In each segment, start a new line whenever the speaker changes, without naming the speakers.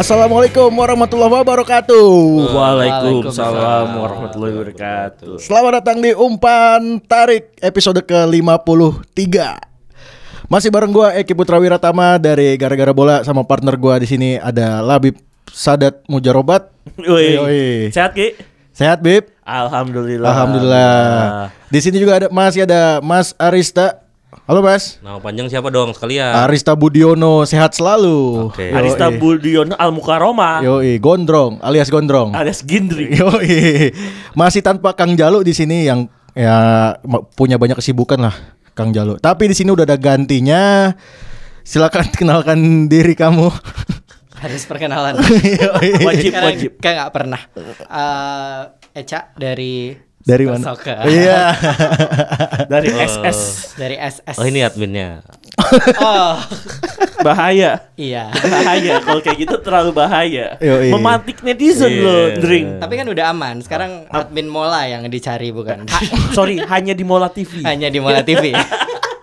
Assalamualaikum warahmatullahi wabarakatuh.
Waalaikumsalam warahmatullahi wabarakatuh.
Selamat datang di Umpan Tarik episode ke-53. Masih bareng gua Eki Putra Wiratama dari Gara-gara Bola sama partner gua di sini ada Labib Sadat Mujarobat.
Woi,
Yoi.
sehat Ki?
Sehat Bib?
Alhamdulillah.
Alhamdulillah. Di sini juga ada masih ada Mas Arista. Halo Mas.
Nama panjang siapa dong sekalian?
Arista Budiono sehat selalu.
Oke.
Yoi.
Ya. Arista Budiono Almukaroma
Yoi, gondrong alias gondrong.
alias Gindri.
Yoi. Masih tanpa Kang Jalu di sini yang ya ma- punya banyak kesibukan lah Kang Jalu. Tapi di sini udah ada gantinya. Silakan kenalkan diri kamu.
harus perkenalan
Yoi.
Wajib
Karena
wajib.
kayak nggak pernah Eh, Eca dari
Dari mana?
Soccer Soccer.
Iya.
Dari SS
dari SS
Oh ini adminnya.
oh
bahaya.
iya
Bahaya kalau kayak gitu terlalu bahaya.
Yoi.
Memantik netizen
Iya.
loh, Dring.
tapi kan udah aman sekarang
Ah.
admin Mola yang dicari bukan
iya.
Sorry, hanya di Mola TV.
hanya di Mola TV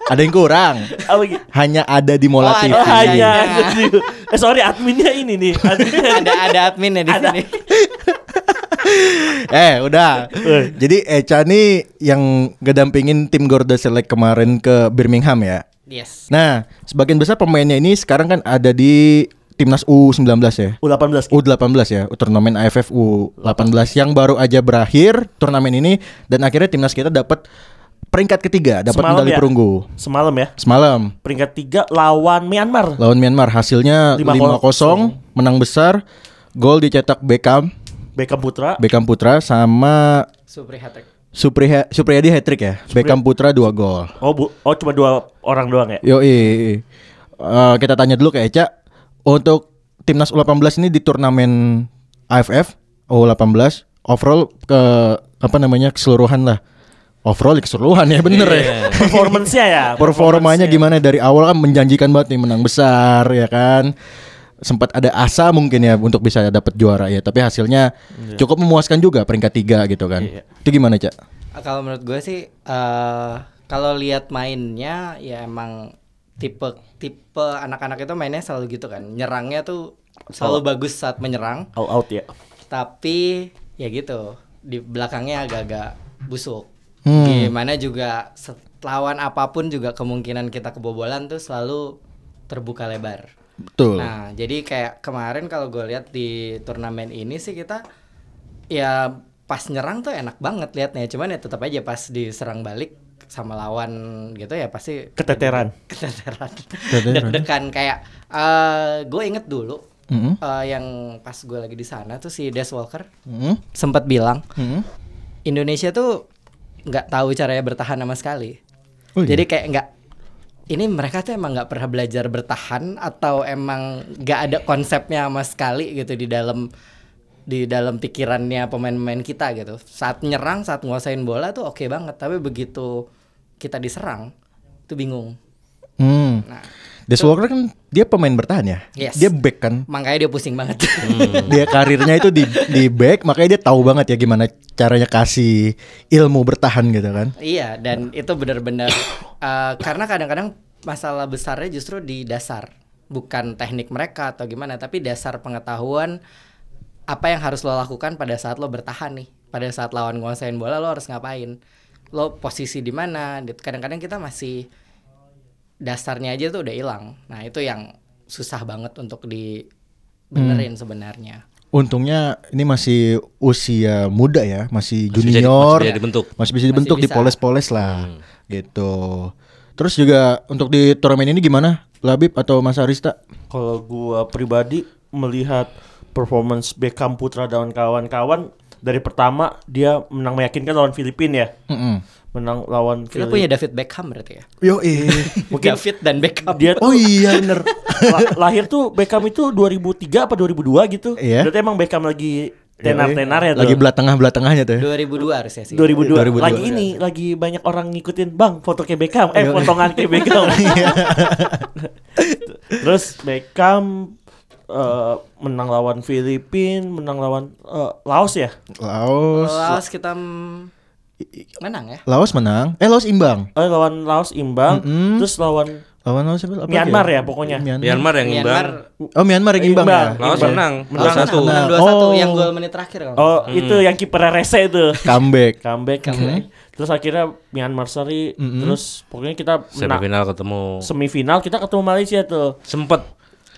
ada yang kurang.
Apa gitu?
Hanya ada di Mola
Oh,
TV.
Oh, hanya.
Hanya.
eh sorry, adminnya ini nih. Adminnya.
ada ada adminnya di sini
Eh, udah. Jadi Echa nih yang ngedampingin tim Garuda Select kemarin ke Birmingham ya.
yes
Nah, sebagian besar pemainnya ini sekarang kan ada di Timnas U19 ya.
U18.
U18 ya, turnamen AFF U18 yang baru aja berakhir turnamen ini dan akhirnya timnas kita dapat peringkat ketiga, dapat
Semalam
medali
ya?
perunggu.
Semalam ya.
Semalam
Peringkat 3 lawan Myanmar.
lawan Myanmar hasilnya
5-0.
5-0, menang besar. Gol dicetak Beckham,
Beckham Putra.
Beckham Putra sama
Supri Hatek
Supri Supriyadi hat-trick ya. Beckham Putra 2 gol.
Oh, bu, oh cuma dua orang doang ya.
Yo, Eh, kita tanya dulu ke Eca untuk timnas U18 ini di turnamen AFF U18 overall ke apa namanya keseluruhan lah. Overall keseluruhan ya bener ya.
Performance-nya ya.
Performanya gimana dari awal kan menjanjikan banget nih menang besar ya kan. Sempat ada asa mungkin ya untuk bisa dapat juara ya, tapi hasilnya cukup memuaskan juga peringkat tiga gitu kan. Itu gimana, Cak?
Eh, kalau menurut gue sih eh kalau lihat mainnya ya emang tipe tipe anak-anak itu mainnya selalu gitu kan nyerangnya tuh
Oh.
selalu bagus saat menyerang
All out ya.
tapi ya gitu di belakangnya agak-agak busuk
Hmm.
gimana juga set- lawan apapun juga kemungkinan kita kebobolan tuh selalu terbuka lebar
Betul.
Nah, jadi kayak kemarin kalau gue lihat di turnamen ini sih kita ya pas nyerang tuh enak banget liatnya. Cuman ya tetap aja pas diserang balik sama lawan gitu ya pasti
Keteteran.
keteteran.
Keteteran.
Deg-degan kayak eh gue inget dulu
Mm-mm.
eh, yang pas gue lagi di sana tuh si Des Walker
Mm-mm.
sempat bilang
Mm-mm.
Indonesia tuh nggak tahu caranya bertahan sama sekali.
Oh iya?
Jadi kayak nggak ini mereka tuh emang nggak pernah belajar bertahan atau emang nggak ada konsepnya sama sekali gitu di dalam di dalam pikirannya pemain-pemain kita gitu. Saat nyerang, saat nguasain bola tuh oke banget, tapi begitu kita diserang tuh bingung.
Hmm.
Nah,
Des Walker kan dia pemain bertahan ya.
Yes.
Dia back kan.
makanya dia pusing banget.
Hmm. dia karirnya itu di di back, makanya dia tahu banget ya gimana caranya kasih ilmu bertahan gitu kan.
iya, dan itu benar-benar eh, karena kadang-kadang masalah besarnya justru di dasar, bukan teknik mereka atau gimana, tapi dasar pengetahuan apa yang harus lo lakukan pada saat lo bertahan nih, pada saat lawan nguasain bola lo harus ngapain, lo posisi di mana, Di- kadang-kadang kita masih dasarnya aja tuh udah hilang, nah itu yang susah banget untuk dibenerin
Hmm.
sebenarnya.
Untungnya ini masih usia muda ya, masih
Masih bisa di-
junior.
masih bisa dibentuk.
Masih bisa dibentuk,
Masih bisa.
dipoles-poles lah. Gitu. Terus juga untuk di turnamen ini gimana? Labib atau Mas Arista?
Kalau gua pribadi melihat performance Beckham Putra dan kawan-kawan dari pertama dia menang meyakinkan lawan Filipina ya.
Mm-mm.
Menang lawan
Kita
Filipina.
punya David Beckham berarti ya.
Yo eh.
Mungkin-
David dan Beckham.
Dia tuh
Oh iya bener.
la- lahir tuh Beckham itu 2003 apa 2002 gitu.
Iya.
Berarti emang Beckham lagi tenar-tenar ya tuh.
Lagi belah tengah belah tengahnya tuh. ya.
2002 harusnya sih.
2002.
2002. Iya. Lagi ini lagi banyak orang ngikutin Bang foto kayak Beckham, eh potongan kayak Beckham. Terus Beckham eh, menang lawan Filipin, menang lawan eh, Laos ya.
Laos.
Laos kita mm, menang ya.
Laos menang. Eh Laos imbang.
Eh, lawan Laos imbang, terus lawan
Lawan Laos siapa? Apa
Myanmar ya pokoknya.
Myanmar.
Myanmar yang imbang.
Myanmar
Oh Myanmar yang imbang,
Imbang.
ya.
Laos
Iya.
menang,
Menang.
menang satu.
menang
Nah,
2-1
oh.
yang gol menit terakhir kalau nggak
Oh, itu yang kipernya Rese itu.
Comeback.
Comeback. Terus akhirnya Myanmar seri, terus pokoknya kita menang.
Semifinal ketemu.
Semifinal kita ketemu Malaysia tuh.
Sempet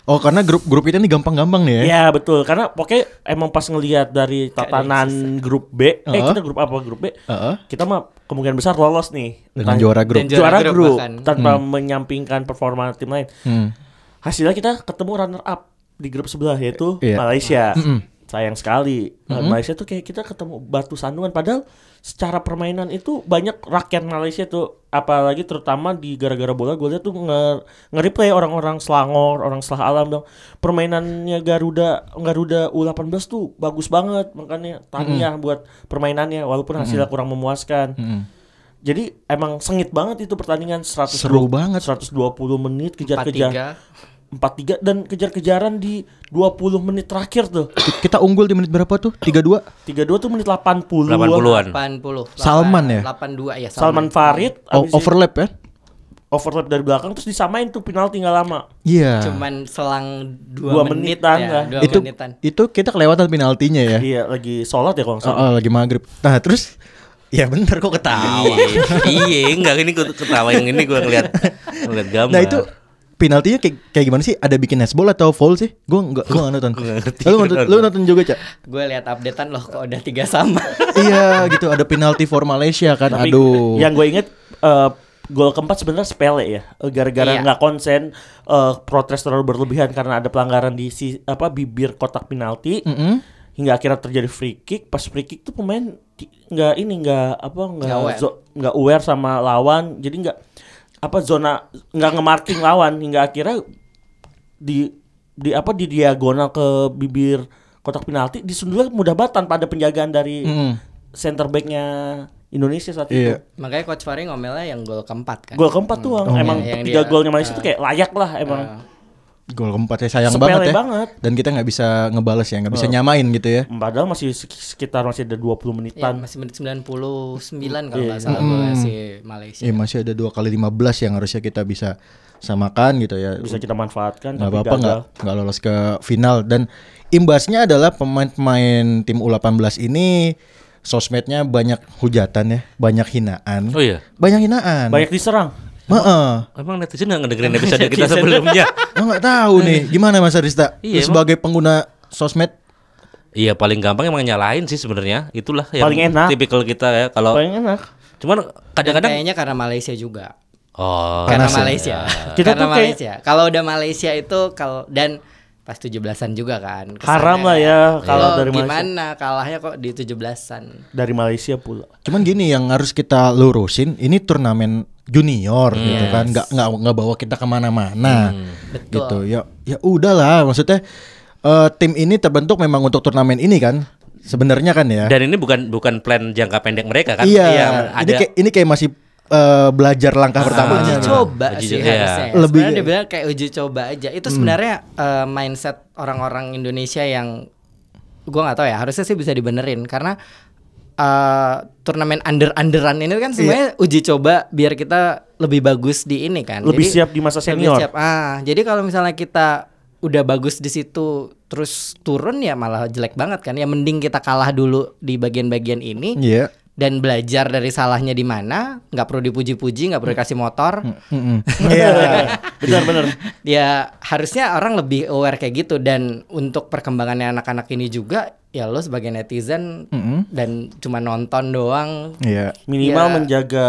Oh karena grup grup kita ini gampang-gampang nih ya.
Iya betul karena pokoknya emang pas ngelihat dari tatanan grup B, eh
Heeh.
kita grup apa grup B,
Heeh.
kita mah kemungkinan besar lolos nih
Dengan
Entah-
juara Hmm. grup.
Dan
juara,
Juara grup
grup,
bahkan.
tanpa menyampingkan performa tim lain.
Hmm.
Hasilnya kita ketemu runner up di grup sebelah yaitu
Iya.
Malaysia. Sayang sekali Nah, Malaysia tuh kayak kita ketemu batu sandungan padahal secara permainan itu banyak rakyat Malaysia tuh apalagi terutama di gara-gara bola gue lihat tuh nge, nge-replay orang-orang Selangor, orang Selah Alam dong. Permainannya Garuda Garuda U18 tuh bagus banget makanya tahniah buat permainannya walaupun hasilnya kurang memuaskan. Jadi emang sengit banget itu pertandingan 100
Seru banget.
120 menit kejar-kejar
4-3.
43 dan kejar-kejaran di 20 menit terakhir tuh.
Ki- Kita unggul di menit berapa tuh? 32.
32 tuh menit 80.
80-an.
80.
Salman ya?
82 ya
Salman Farid
Oh,
abis itu
overlap ya?
overlap dari belakang terus disamain tuh penalti nggak lama.
Iya.
Cuman selang 2
Dua
menit
menitan lah.
ya, 2
Itu
menitan.
itu kita kelewatan penaltinya ya.
Iya, lagi sholat ya kalau nggak
Oh,
salah.
oh, lagi maghrib. Nah terus ya bentar kok ketawa.
Iya, iya, enggak ini gua ketawa yang ini gua ngeliat ngeliat gambar.
Nah itu penaltinya kayak, kayak gimana sih? Ada bikin netball atau foul sih? Gue nggak gue nggak nonton.
Nggak ngerti.
lu nonton, lu nonton juga cak?
Gue lihat updatean loh kok udah 3 sama.
iya gitu. Ada penalti for Malaysia kan.
Tapi
Aduh.
yang gue inget eh, gol keempat sebenarnya sepele ya. Gara-gara
Iya.
nggak konsen eh, protes terlalu berlebihan karena ada pelanggaran di si, apa bibir kotak penalti.
Mm-mm.
hingga akhirnya terjadi free kick pas free kick tuh pemain ti- nggak ini nggak apa nggak
Nggak aware.
zo- nggak aware sama lawan jadi nggak apa zona nggak ngemarking lawan hingga akhirnya di di apa di diagonal ke bibir kotak penalti disundulnya mudah banget tanpa ada penjagaan dari
Mm-mm.
center backnya Indonesia saat itu
Hmm. Iya. Oh.
Makanya coach Fari ngomelnya yang gol keempat kan.
gol keempat tuh
Hmm.
Ang. emang
Yang
tiga
dia- Ah.
golnya Malaysia tuh kayak layak lah emang
Gol keempat ya sayang
Sepele
banget ya.
banget. Oh.
Dan kita nggak bisa ngebales ya, nggak bisa nyamain gitu ya.
padahal masih sek- sekitar masih ada 20
Ya,
menitan
masih menit 99 kalau
Iya.
nggak salah
Hmm.
golnya si Malaysia.
Ya masih ada dua kali 15 yang harusnya kita bisa samakan gitu ya.
bisa kita manfaatkan
nggak
tapi
apa-apa
gagal.
nggak nggak lolos ke final dan imbasnya adalah pemain-pemain tim U18 ini sosmednya banyak hujatan ya banyak hinaan
Oh iya.
banyak hinaan
banyak diserang
Heeh.
Emang netizen nggak ngedengerin episode kita sebelumnya.
Gua nggak tahu nih gimana Mas Arista
Iya,
Lu sebagai pengguna sosmed
Iya paling gampang emang nyalain sih sebenarnya. Itulah yang
Paling enak.
tipikal kita ya
Oh.
kalau
paling enak
cuman kadang-kadang
Kayaknya karena Malaysia juga.
oh
karena
Panas ya?
Malaysia.
Kita
karena
tuh kayak-
Malaysia. Kalau udah Malaysia itu kalau dan pas 17-an juga kan. kesannya.
Haram lah ya kalau
Lo
dari Malaysia.
gimana kalahnya kok di 17-an.
dari Malaysia pula
cuman gini yang harus kita lurusin ini turnamen junior gitu kan nggak nggak nggak bawa kita kemana-mana gitu ya ya udahlah maksudnya eh, tim ini terbentuk memang untuk turnamen ini kan sebenarnya kan ya
dan ini bukan bukan plan jangka pendek mereka kan?
Iya,
ada
ini kayak ini kayak masih eh, belajar langkah
uji
pertamanya.
coba
Uji
sih
coba,
harusnya.
iya. Lebih-
Sebenarnya dibilang kayak uji coba aja.
Hmm.
Itu sebenarnya eh, mindset orang-orang Indonesia yang gua nggak tahu ya. Harusnya sih bisa dibenerin karena eh, turnamen under-underan ini
Iya.
kan sebenarnya uji coba biar kita lebih bagus di ini kan.
Lebih
Jadi-
siap di masa
lebih
senior.
siap. Ah, jadi kalau misalnya kita udah bagus di situ terus turun ya malah jelek banget kan. Ya mending kita kalah dulu di bagian-bagian ini
Iya.
dan belajar dari salahnya di mana nggak perlu dipuji-puji nggak perlu dikasih motor
Mm-mm. Iya.
benar benar
ya harusnya orang lebih aware kayak gitu dan untuk perkembangannya anak-anak ini juga ya lo sebagai netizen
Mm-mm.
dan cuma nonton doang
Iya.
minimal
Ya.
menjaga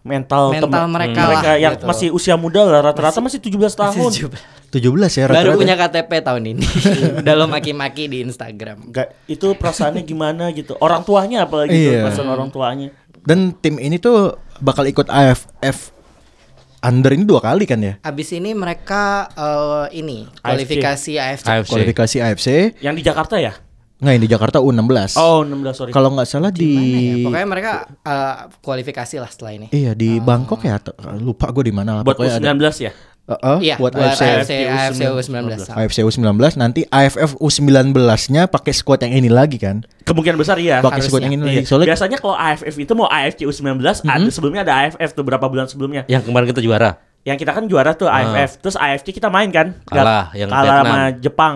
mental,
Mental
teman-
mereka lah,
yang
gitu.
masih usia muda lah rata-rata masih, 17 tahun.
17 ya rata-rata.
baru punya KTP tahun ini udah lo maki-maki di Instagram
Nggak- itu perasaannya gimana gitu. Orang tuanya apalagi tuh,
Iya.
perasaan orang tuanya.
Dan tim ini tuh bakal ikut AFF under ini dua kali kan ya?
abis ini mereka eh, ini
AFC.
kualifikasi AFC
AFC.
Kualifikasi AFC.
Yang di Jakarta ya?
Nggak yang di Jakarta U16.
Oh, 16 sorry.
Kalau nggak salah di,
Mana ya? pokoknya Oh. mereka eh, kualifikasi lah setelah ini
iya di Bangkok ya atau- lupa gue di mana lah.
buat
Pokoknya ada-
U19 ya?
Uh-uh,
Iya,
buat AFC.
AFC, AFC U19.
AFC U19 nanti AFF U19-nya pakai squad yang ini lagi kan?
Kemungkinan besar iya.
Pakai
Ya, harusnya.
squad yang ini
Iya.
lagi. Soalnya Mm-hmm.
Biasanya kalau AFF itu mau AFC U19 ada sebelumnya ada AFF tuh berapa bulan
Iya.
sebelumnya.
Yang kemarin kita juara.
Yang kita kan juara tuh
Ah.
AFF, terus AFC kita main kan? Nggak-
Kalah, yang
kalah
Vietnam.
sama Jepang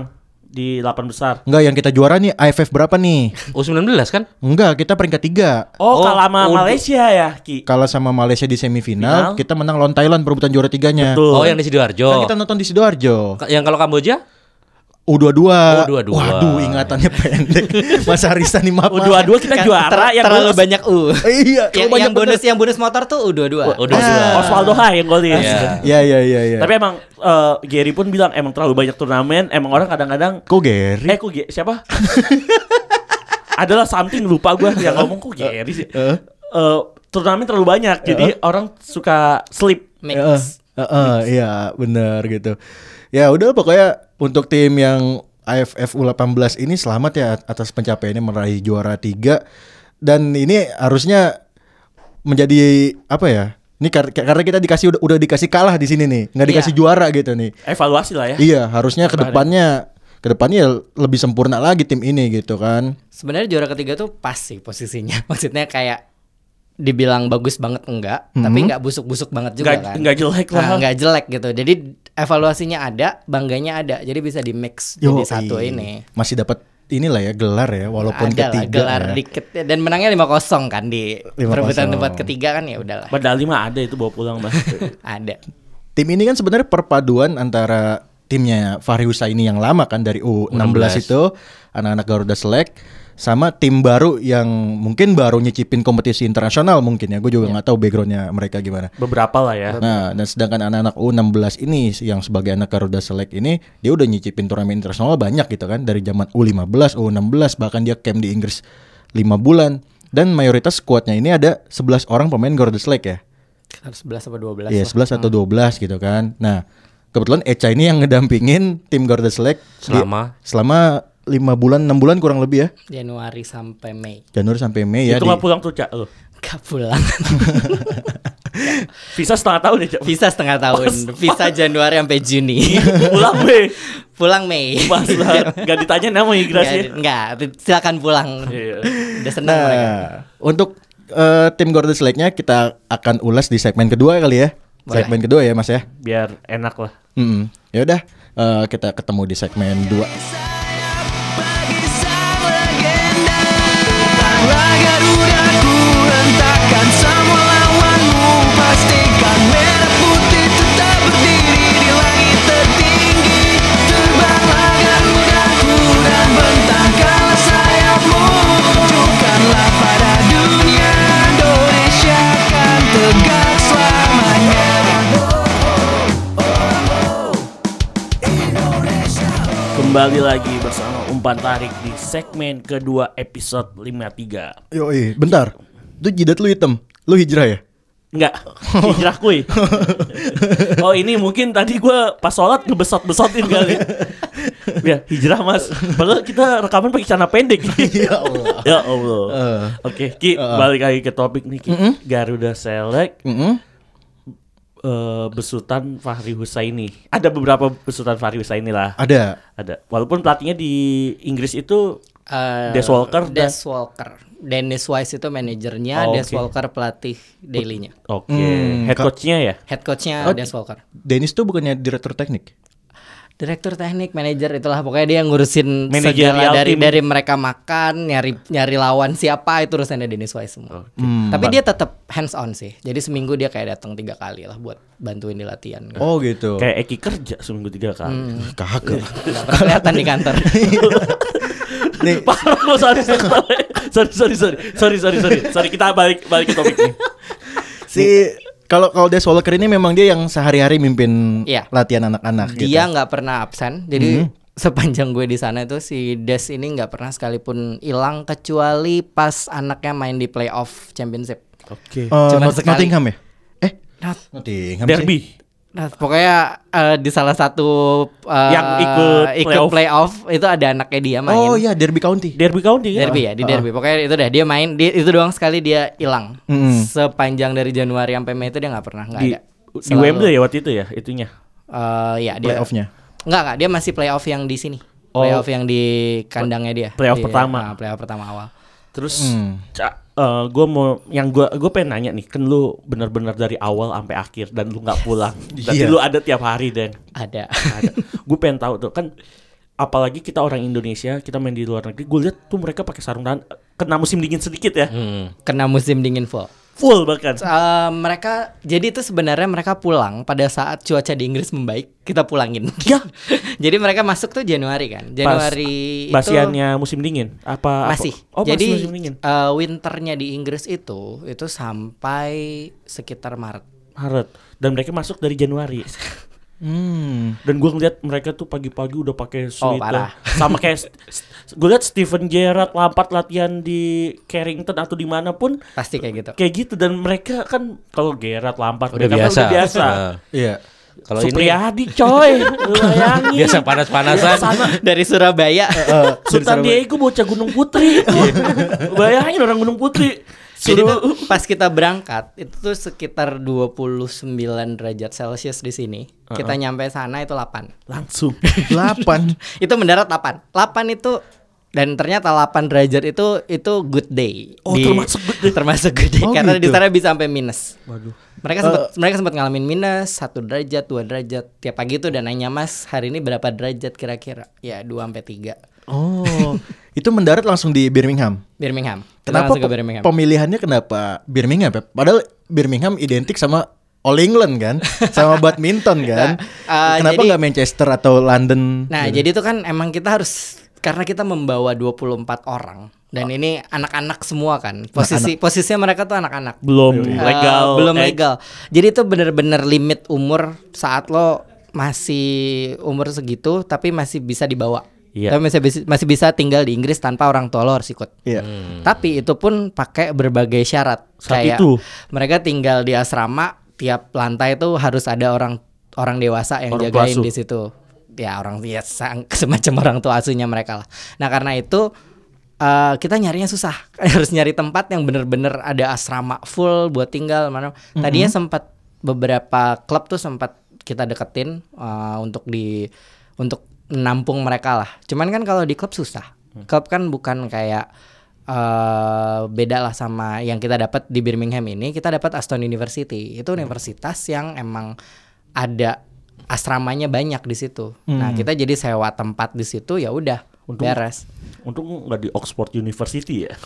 di 8 besar.
Enggak yang kita juara nih AFF berapa nih?
U19 kan?
Enggak, kita peringkat tiga
Oh,
Oh,
kalah sama
oh,
Malaysia ya, Ki.
Kalah sama Malaysia di semifinal,
Final.
kita menang lawan Thailand perebutan juara tiganya.
Betul.
Oh, yang di Sidoarjo.
Kan kita nonton di Sidoarjo.
Ka- Yang kalau Kamboja?
U22.
U22.
Waduh, ingatannya pendek. Mas Arista nih maaf.
U22 Oh, kita
Kan
juara
ter-
yang
terlalu
bonus-
banyak U
Iya,
yang,
banyak
yang bonus yang bonus motor tuh U22
U22.
Ah.
Osvaldo Hai yang golin.
Iya.
Iya, iya, iya, iya.
Tapi emang eh, Gary pun bilang emang terlalu banyak turnamen, emang orang kadang-kadang
kok Gary?
eh kok Ge- siapa? Adalah something lupa gua yang ngomong kok Gary sih. Eh, turnamen terlalu banyak jadi orang suka sleep.
Mix.
Heeh, heeh, iya, benar gitu. Ya udah pokoknya untuk tim yang AFF U18 ini selamat ya atas pencapaiannya meraih juara tiga dan ini harusnya menjadi apa ya? Ini kar- karena kita dikasih udah, udah dikasih kalah di sini nih, nggak dikasih
Iya.
juara gitu nih.
Evaluasi lah ya.
Iya, harusnya kedepannya kedepannya ya lebih sempurna lagi tim ini gitu kan.
Sebenarnya juara ketiga tuh pas sih posisinya. Maksudnya kayak dibilang bagus banget enggak,
Hmm.
tapi enggak busuk-busuk banget juga
Nggak-
kan.
nggak jelek lah.
Nah, nggak jelek gitu. Jadi evaluasinya ada, bangganya ada. Jadi bisa di mix jadi
Yoi.
satu ini.
Masih dapat inilah ya gelar ya walaupun
ada lah
ketiga.
gelar
ya.
dikit dan menangnya 5-0 kan di
5-0.
perebutan tempat ketiga kan ya udahlah.
Medali mah ada itu bawa pulang bah.
Ada.
Tim ini kan sebenarnya perpaduan antara timnya Fahri Husaini yang lama kan dari U16 itu anak-anak Garuda Select sama tim baru yang mungkin baru nyicipin kompetisi internasional mungkin ya gue juga nggak tahu backgroundnya mereka gimana.
Beberapa lah ya.
Nah dan sedangkan anak-anak U16 ini yang sebagai anak Garuda Select ini dia udah nyicipin turnamen internasional banyak gitu kan dari zaman U15, U16 bahkan dia camp di Inggris 5 bulan dan mayoritas squadnya ini ada 11 orang pemain Garuda Select ya.
Sekitar 11 atau 12
Iya, 11
lah.
atau 12 gitu kan. Nah, kebetulan Eca ini yang ngedampingin tim Garuda Select di-
Selama?
selama 5 bulan, 6 bulan kurang lebih ya.
Januari sampai Mei.
Januari sampai Mei ya. di-
Itu nggak pulang tuh cak lo.
Gak pulang.
Visa setengah tahun ya cak.
Visa setengah tahun. Visa Januari sampai Juni.
pulang be.
pulang Mei.
Pas lah. Gak ditanya nama imigrasi.
Enggak, silakan pulang.
Iya.
Udah senang mereka.
Nah, untuk eh, tim Garuda Select-nya kita akan ulas di segmen kedua kali ya.
Boleh.
Segmen kedua ya, Mas ya.
Biar enak lah.
Mm-mm. Ya udah, eh, kita ketemu di segmen 2.
Kembali lagi bersama umpan tarik di segmen kedua episode 53
Yoi, bentar. Itu jidat lu hitam. Lu hijrah ya?
Enggak, hijrah kuy Oh ini mungkin tadi gua pas sholat ngebesot-besotin kali Ya hijrah mas Padahal kita rekaman pakai celana pendek
Ya Allah.
Ya Allah
Eh.
Oke Ki balik lagi ke topik nih Ki Garuda Select
Mm-mm.
eh, Besutan Fahri Husaini Ada beberapa besutan Fahri Husaini lah
Ada.
Ada Walaupun pelatihnya di Inggris itu
Eh,
Des Walker dan-
Des Walker. Dennis Wise itu
Oh,
manajernya, Des
oke.
Walker pelatih daily-nya.
Oke
Hmm,
Head
ka-
coachnya ya
Head coachnya Des Walker.
Dennis tuh bukannya direktur teknik?
Direktur teknik, manajer itulah pokoknya dia yang ngurusin
Manajerial
segala dari
team.
dari mereka makan, nyari nyari lawan siapa itu urusannya Dennis Wise semua. Tapi dia tetap hands on sih. Jadi seminggu dia kayak datang tiga kali lah buat bantuin di latihan.
Oh gitu.
Kayak
Hmm.
Eki kerja seminggu tiga kali
Kagak.
Nggak pernah kelihatan di kantor.
Nih.
Parah lo sorry sorry sorry sorry sorry sorry sorry sorry sorry kita balik balik ke topik nih.
si kalau kalau dia soloker ini memang dia yang sehari-hari mimpin
Iya.
latihan anak-anak
dia
gitu.
nggak pernah absen
Mhm.
jadi sepanjang gue di sana itu si Des ini nggak pernah sekalipun hilang kecuali pas anaknya main di playoff championship
Eh,
Oke.
Cuman
Not-
sekali.
Nottingham ya? Eh,
Not-
Nottingham sih.
Derby.
Nah, pokoknya eh, di salah satu eh,
Yang ikut playoff.
playoff itu ada anaknya dia main.
Oh iya, Derby County.
Derby County kan?
Derby ya, di derby. Pokoknya itu dah dia main, dia- itu doang sekali dia hilang.
Mm-mm.
Sepanjang dari Januari sampai Mei itu dia nggak pernah nggak
Mhm. Di
ada.
di Wembley ya waktu itu ya itunya.
Eh, ya dia
Playoff-nya.
Enggak, enggak, dia masih playoff yang di sini.
Oh.
Playoff yang di kandangnya dia.
Playoff
Di-
pertama.
ah, playoff pertama awal.
Terus
Hmm.
gue mau yang gue gue pengen nanya nih, kan lu benar-benar dari awal sampai akhir dan lu nggak pulang.
Iya.
Tapi lu ada tiap hari deh.
Ada.
ada. gue pengen tahu tuh kan apalagi kita orang Indonesia kita main di luar negeri gue lihat tuh mereka pakai sarung tangan kena musim dingin sedikit
Iya.
ya
Hmm.
Hmm,
Kena musim dingin full.
full bahkan
Eh, mereka jadi itu sebenarnya mereka pulang pada saat cuaca di Inggris membaik kita pulangin.
Ya.
jadi mereka masuk tuh Januari kan. Januari itu
basiannya musim dingin apa apa-
masih.
oh masih
jadi
musim dingin
eh, winternya di Inggris itu itu sampai sekitar Maret.
Maret dan mereka masuk dari Januari
Hmm.
dan gue ngeliat mereka tuh pagi-pagi udah pakai sweater
Oh, parah.
sama kayak gue liat Steven Gerrard Lampard latihan di Carrington atau dimanapun
Pasti kayak gitu.
kayak gitu dan mereka kan kalau Gerrard Lampard
Udah
mereka kan
biasa.
udah biasa
Nah,
Iya.
Kalau ini
Supriyadi coy Lu bayangin.
biasa panas-panasan.
Iya.
Dari Surabaya.
Eh, Sultan Diego bocah Gunung Putri itu. Bayangin orang Gunung Putri.
Iya. Jadi tuh
Suruh
pas kita berangkat itu tuh sekitar 29 derajat Celcius di sini. Kita
Uh-uh.
nyampe sana itu 8.
langsung.
Delapan.
itu mendarat 8. 8 itu dan ternyata 8 derajat itu itu good day.
Oh, termasuk good day.
Termasuk good day
Oh,
karena di
gitu.
sana bisa sampai minus.
Waduh. Eh.
Mereka sempat mereka sempat ngalamin minus 1 derajat, 2 derajat tiap pagi tuh dan nanya Mas, hari ini berapa derajat kira-kira? Ya, 2 sampai 3.
Oh, itu mendarat langsung di Birmingham.
Birmingham. Kita
Kenapa
langsung ke
pe-
Birmingham?
pemilihannya kenapa Birmingham? ya? Padahal Birmingham identik sama All England kan, sama badminton kan.
Nah, eh,
kenapa
jadi-
nggak Manchester atau London?
Nah, jadi itu kan emang kita harus karena kita membawa 24 orang dan ini anak-anak semua kan. Posisi posisinya mereka tuh anak-anak.
Belum
Eh,
legal.
belum
eh,
legal. Jadi itu bener-bener limit umur saat lo masih umur segitu tapi masih bisa dibawa.
Iya.
Tapi masih bisa, masih bisa tinggal di Inggris tanpa orang tua lo harus ikut.
Iya.
Tapi itu pun pakai berbagai syarat.
Saat Hmm. itu?
mereka tinggal di asrama tiap lantai itu harus ada orang orang dewasa ya. yang
Orang tua
jagain
asuh.
di situ. Ya orang ya sang- semacam orang tua asuhnya mereka lah. Nah karena itu eh, kita nyarinya susah. harus nyari tempat yang bener-bener ada asrama full buat tinggal mana.
Mm-hmm.
Tadinya sempat beberapa klub tuh sempat kita deketin eh, untuk di untuk nampung mereka lah. Cuman kan kalau di klub susah.
Hmm.
Klub kan bukan kayak eh beda lah sama yang kita dapat di Birmingham ini kita dapat Aston University
Hmm.
itu universitas yang emang ada asramanya banyak di situ nah kita jadi sewa tempat di situ ya udah
Hmm. Untung-
beres
Untung nggak di Oxford University ya.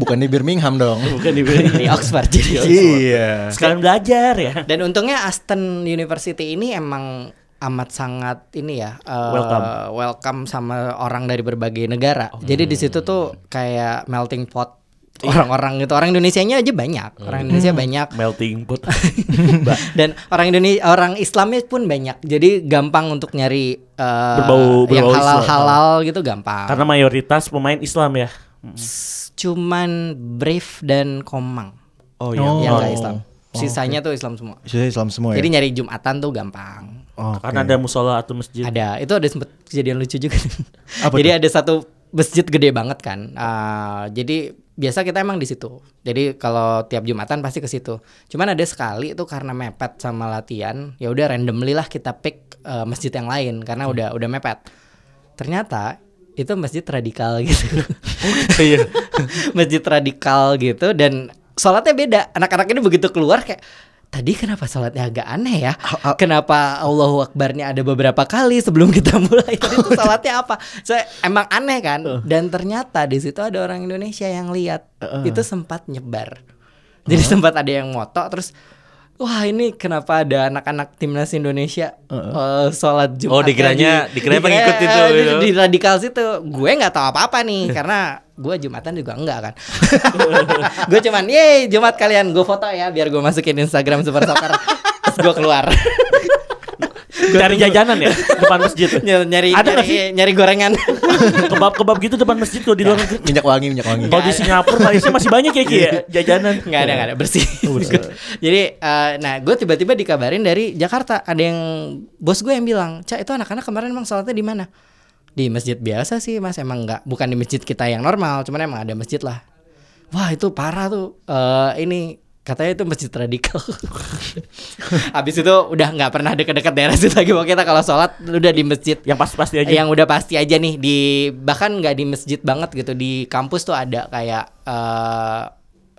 Bukan di Birmingham dong.
Bukan di
di Oxford jadi
iya.
Sekalian belajar ya.
dan untungnya Aston University ini emang amat sangat ini ya eh,
Welcome. Oh.
welcome sama orang dari berbagai negara jadi di situ tuh kayak melting pot
Iya.
orang-orang gitu orang Indonesianya aja banyak
Hmm.
orang Indonesia banyak
Melting pot.
dan orang Indonesia orang Islamnya pun banyak jadi gampang untuk nyari eh,
Berbau-
yang
berbau
halal
Islam.
halal gitu gampang
Karena mayoritas pemain Islam ya.
cuman brief dan komang
Oh
iya.
yang
Oh.
nggak Islam sisanya tuh Islam semua
Jadi Islam semua ya. Oh,
jadi nyari jumatan tuh gampang
Oke.
Karena ada musola atau masjid.
ada itu ada sempet kejadian lucu juga
Apa
jadi ada satu masjid gede banget kan Ah, jadi biasa kita emang di situ jadi kalau tiap jumatan pasti ke situ cuman ada sekali itu karena mepet sama latihan ya udah randomly lah kita pick eh, masjid yang lain karena
Hmm.
udah udah mepet ternyata itu masjid radikal gitu
Oh,
Iya.
masjid radikal gitu dan sholatnya beda anak-anak ini begitu keluar kayak tadi kenapa sholatnya agak aneh ya kenapa Allahu Akbarnya ada beberapa kali sebelum kita mulai tadi itu sholatnya apa saya emang aneh kan dan ternyata di situ ada orang Indonesia yang lihat itu sempat nyebar jadi sempat ada yang moto terus wah ini kenapa ada anak-anak timnas Indonesia eh, sholat Jumat
Oh, dikiranya- dikiranya pengikut itu, gitu.
di radikal situ gue nggak tahu apa-apa nih karena gue jumatan juga enggak kan gue cuman yeay Jumat kalian gue foto ya biar gue masukin Instagram Super Soccer terus gue keluar
Cari jajanan ya depan masjid.
Ny- nyari
Ada nggak
nyari, nyari gorengan
Kebab-kebab gitu depan masjid kok di luar negeri.
minyak wangi minyak wangi
Kalau di Singapura Malaysia masih banyak ya Ki ya jajanan.
nggak ada nggak ada bersih jadi eh, nah gue tiba-tiba dikabarin dari Jakarta ada yang bos gue yang bilang cak itu anak-anak kemarin emang sholatnya di mana di masjid biasa sih mas emang nggak bukan di masjid kita yang normal cuman emang ada masjid lah wah itu parah tuh Eh, ini katanya itu masjid radikal habis itu udah nggak pernah deket-deket daerah situ lagi pokoknya kita kalau sholat udah di masjid
Yang pasti-pasti aja.
yang udah pasti aja nih di bahkan nggak di masjid banget gitu di kampus tuh ada kayak eh,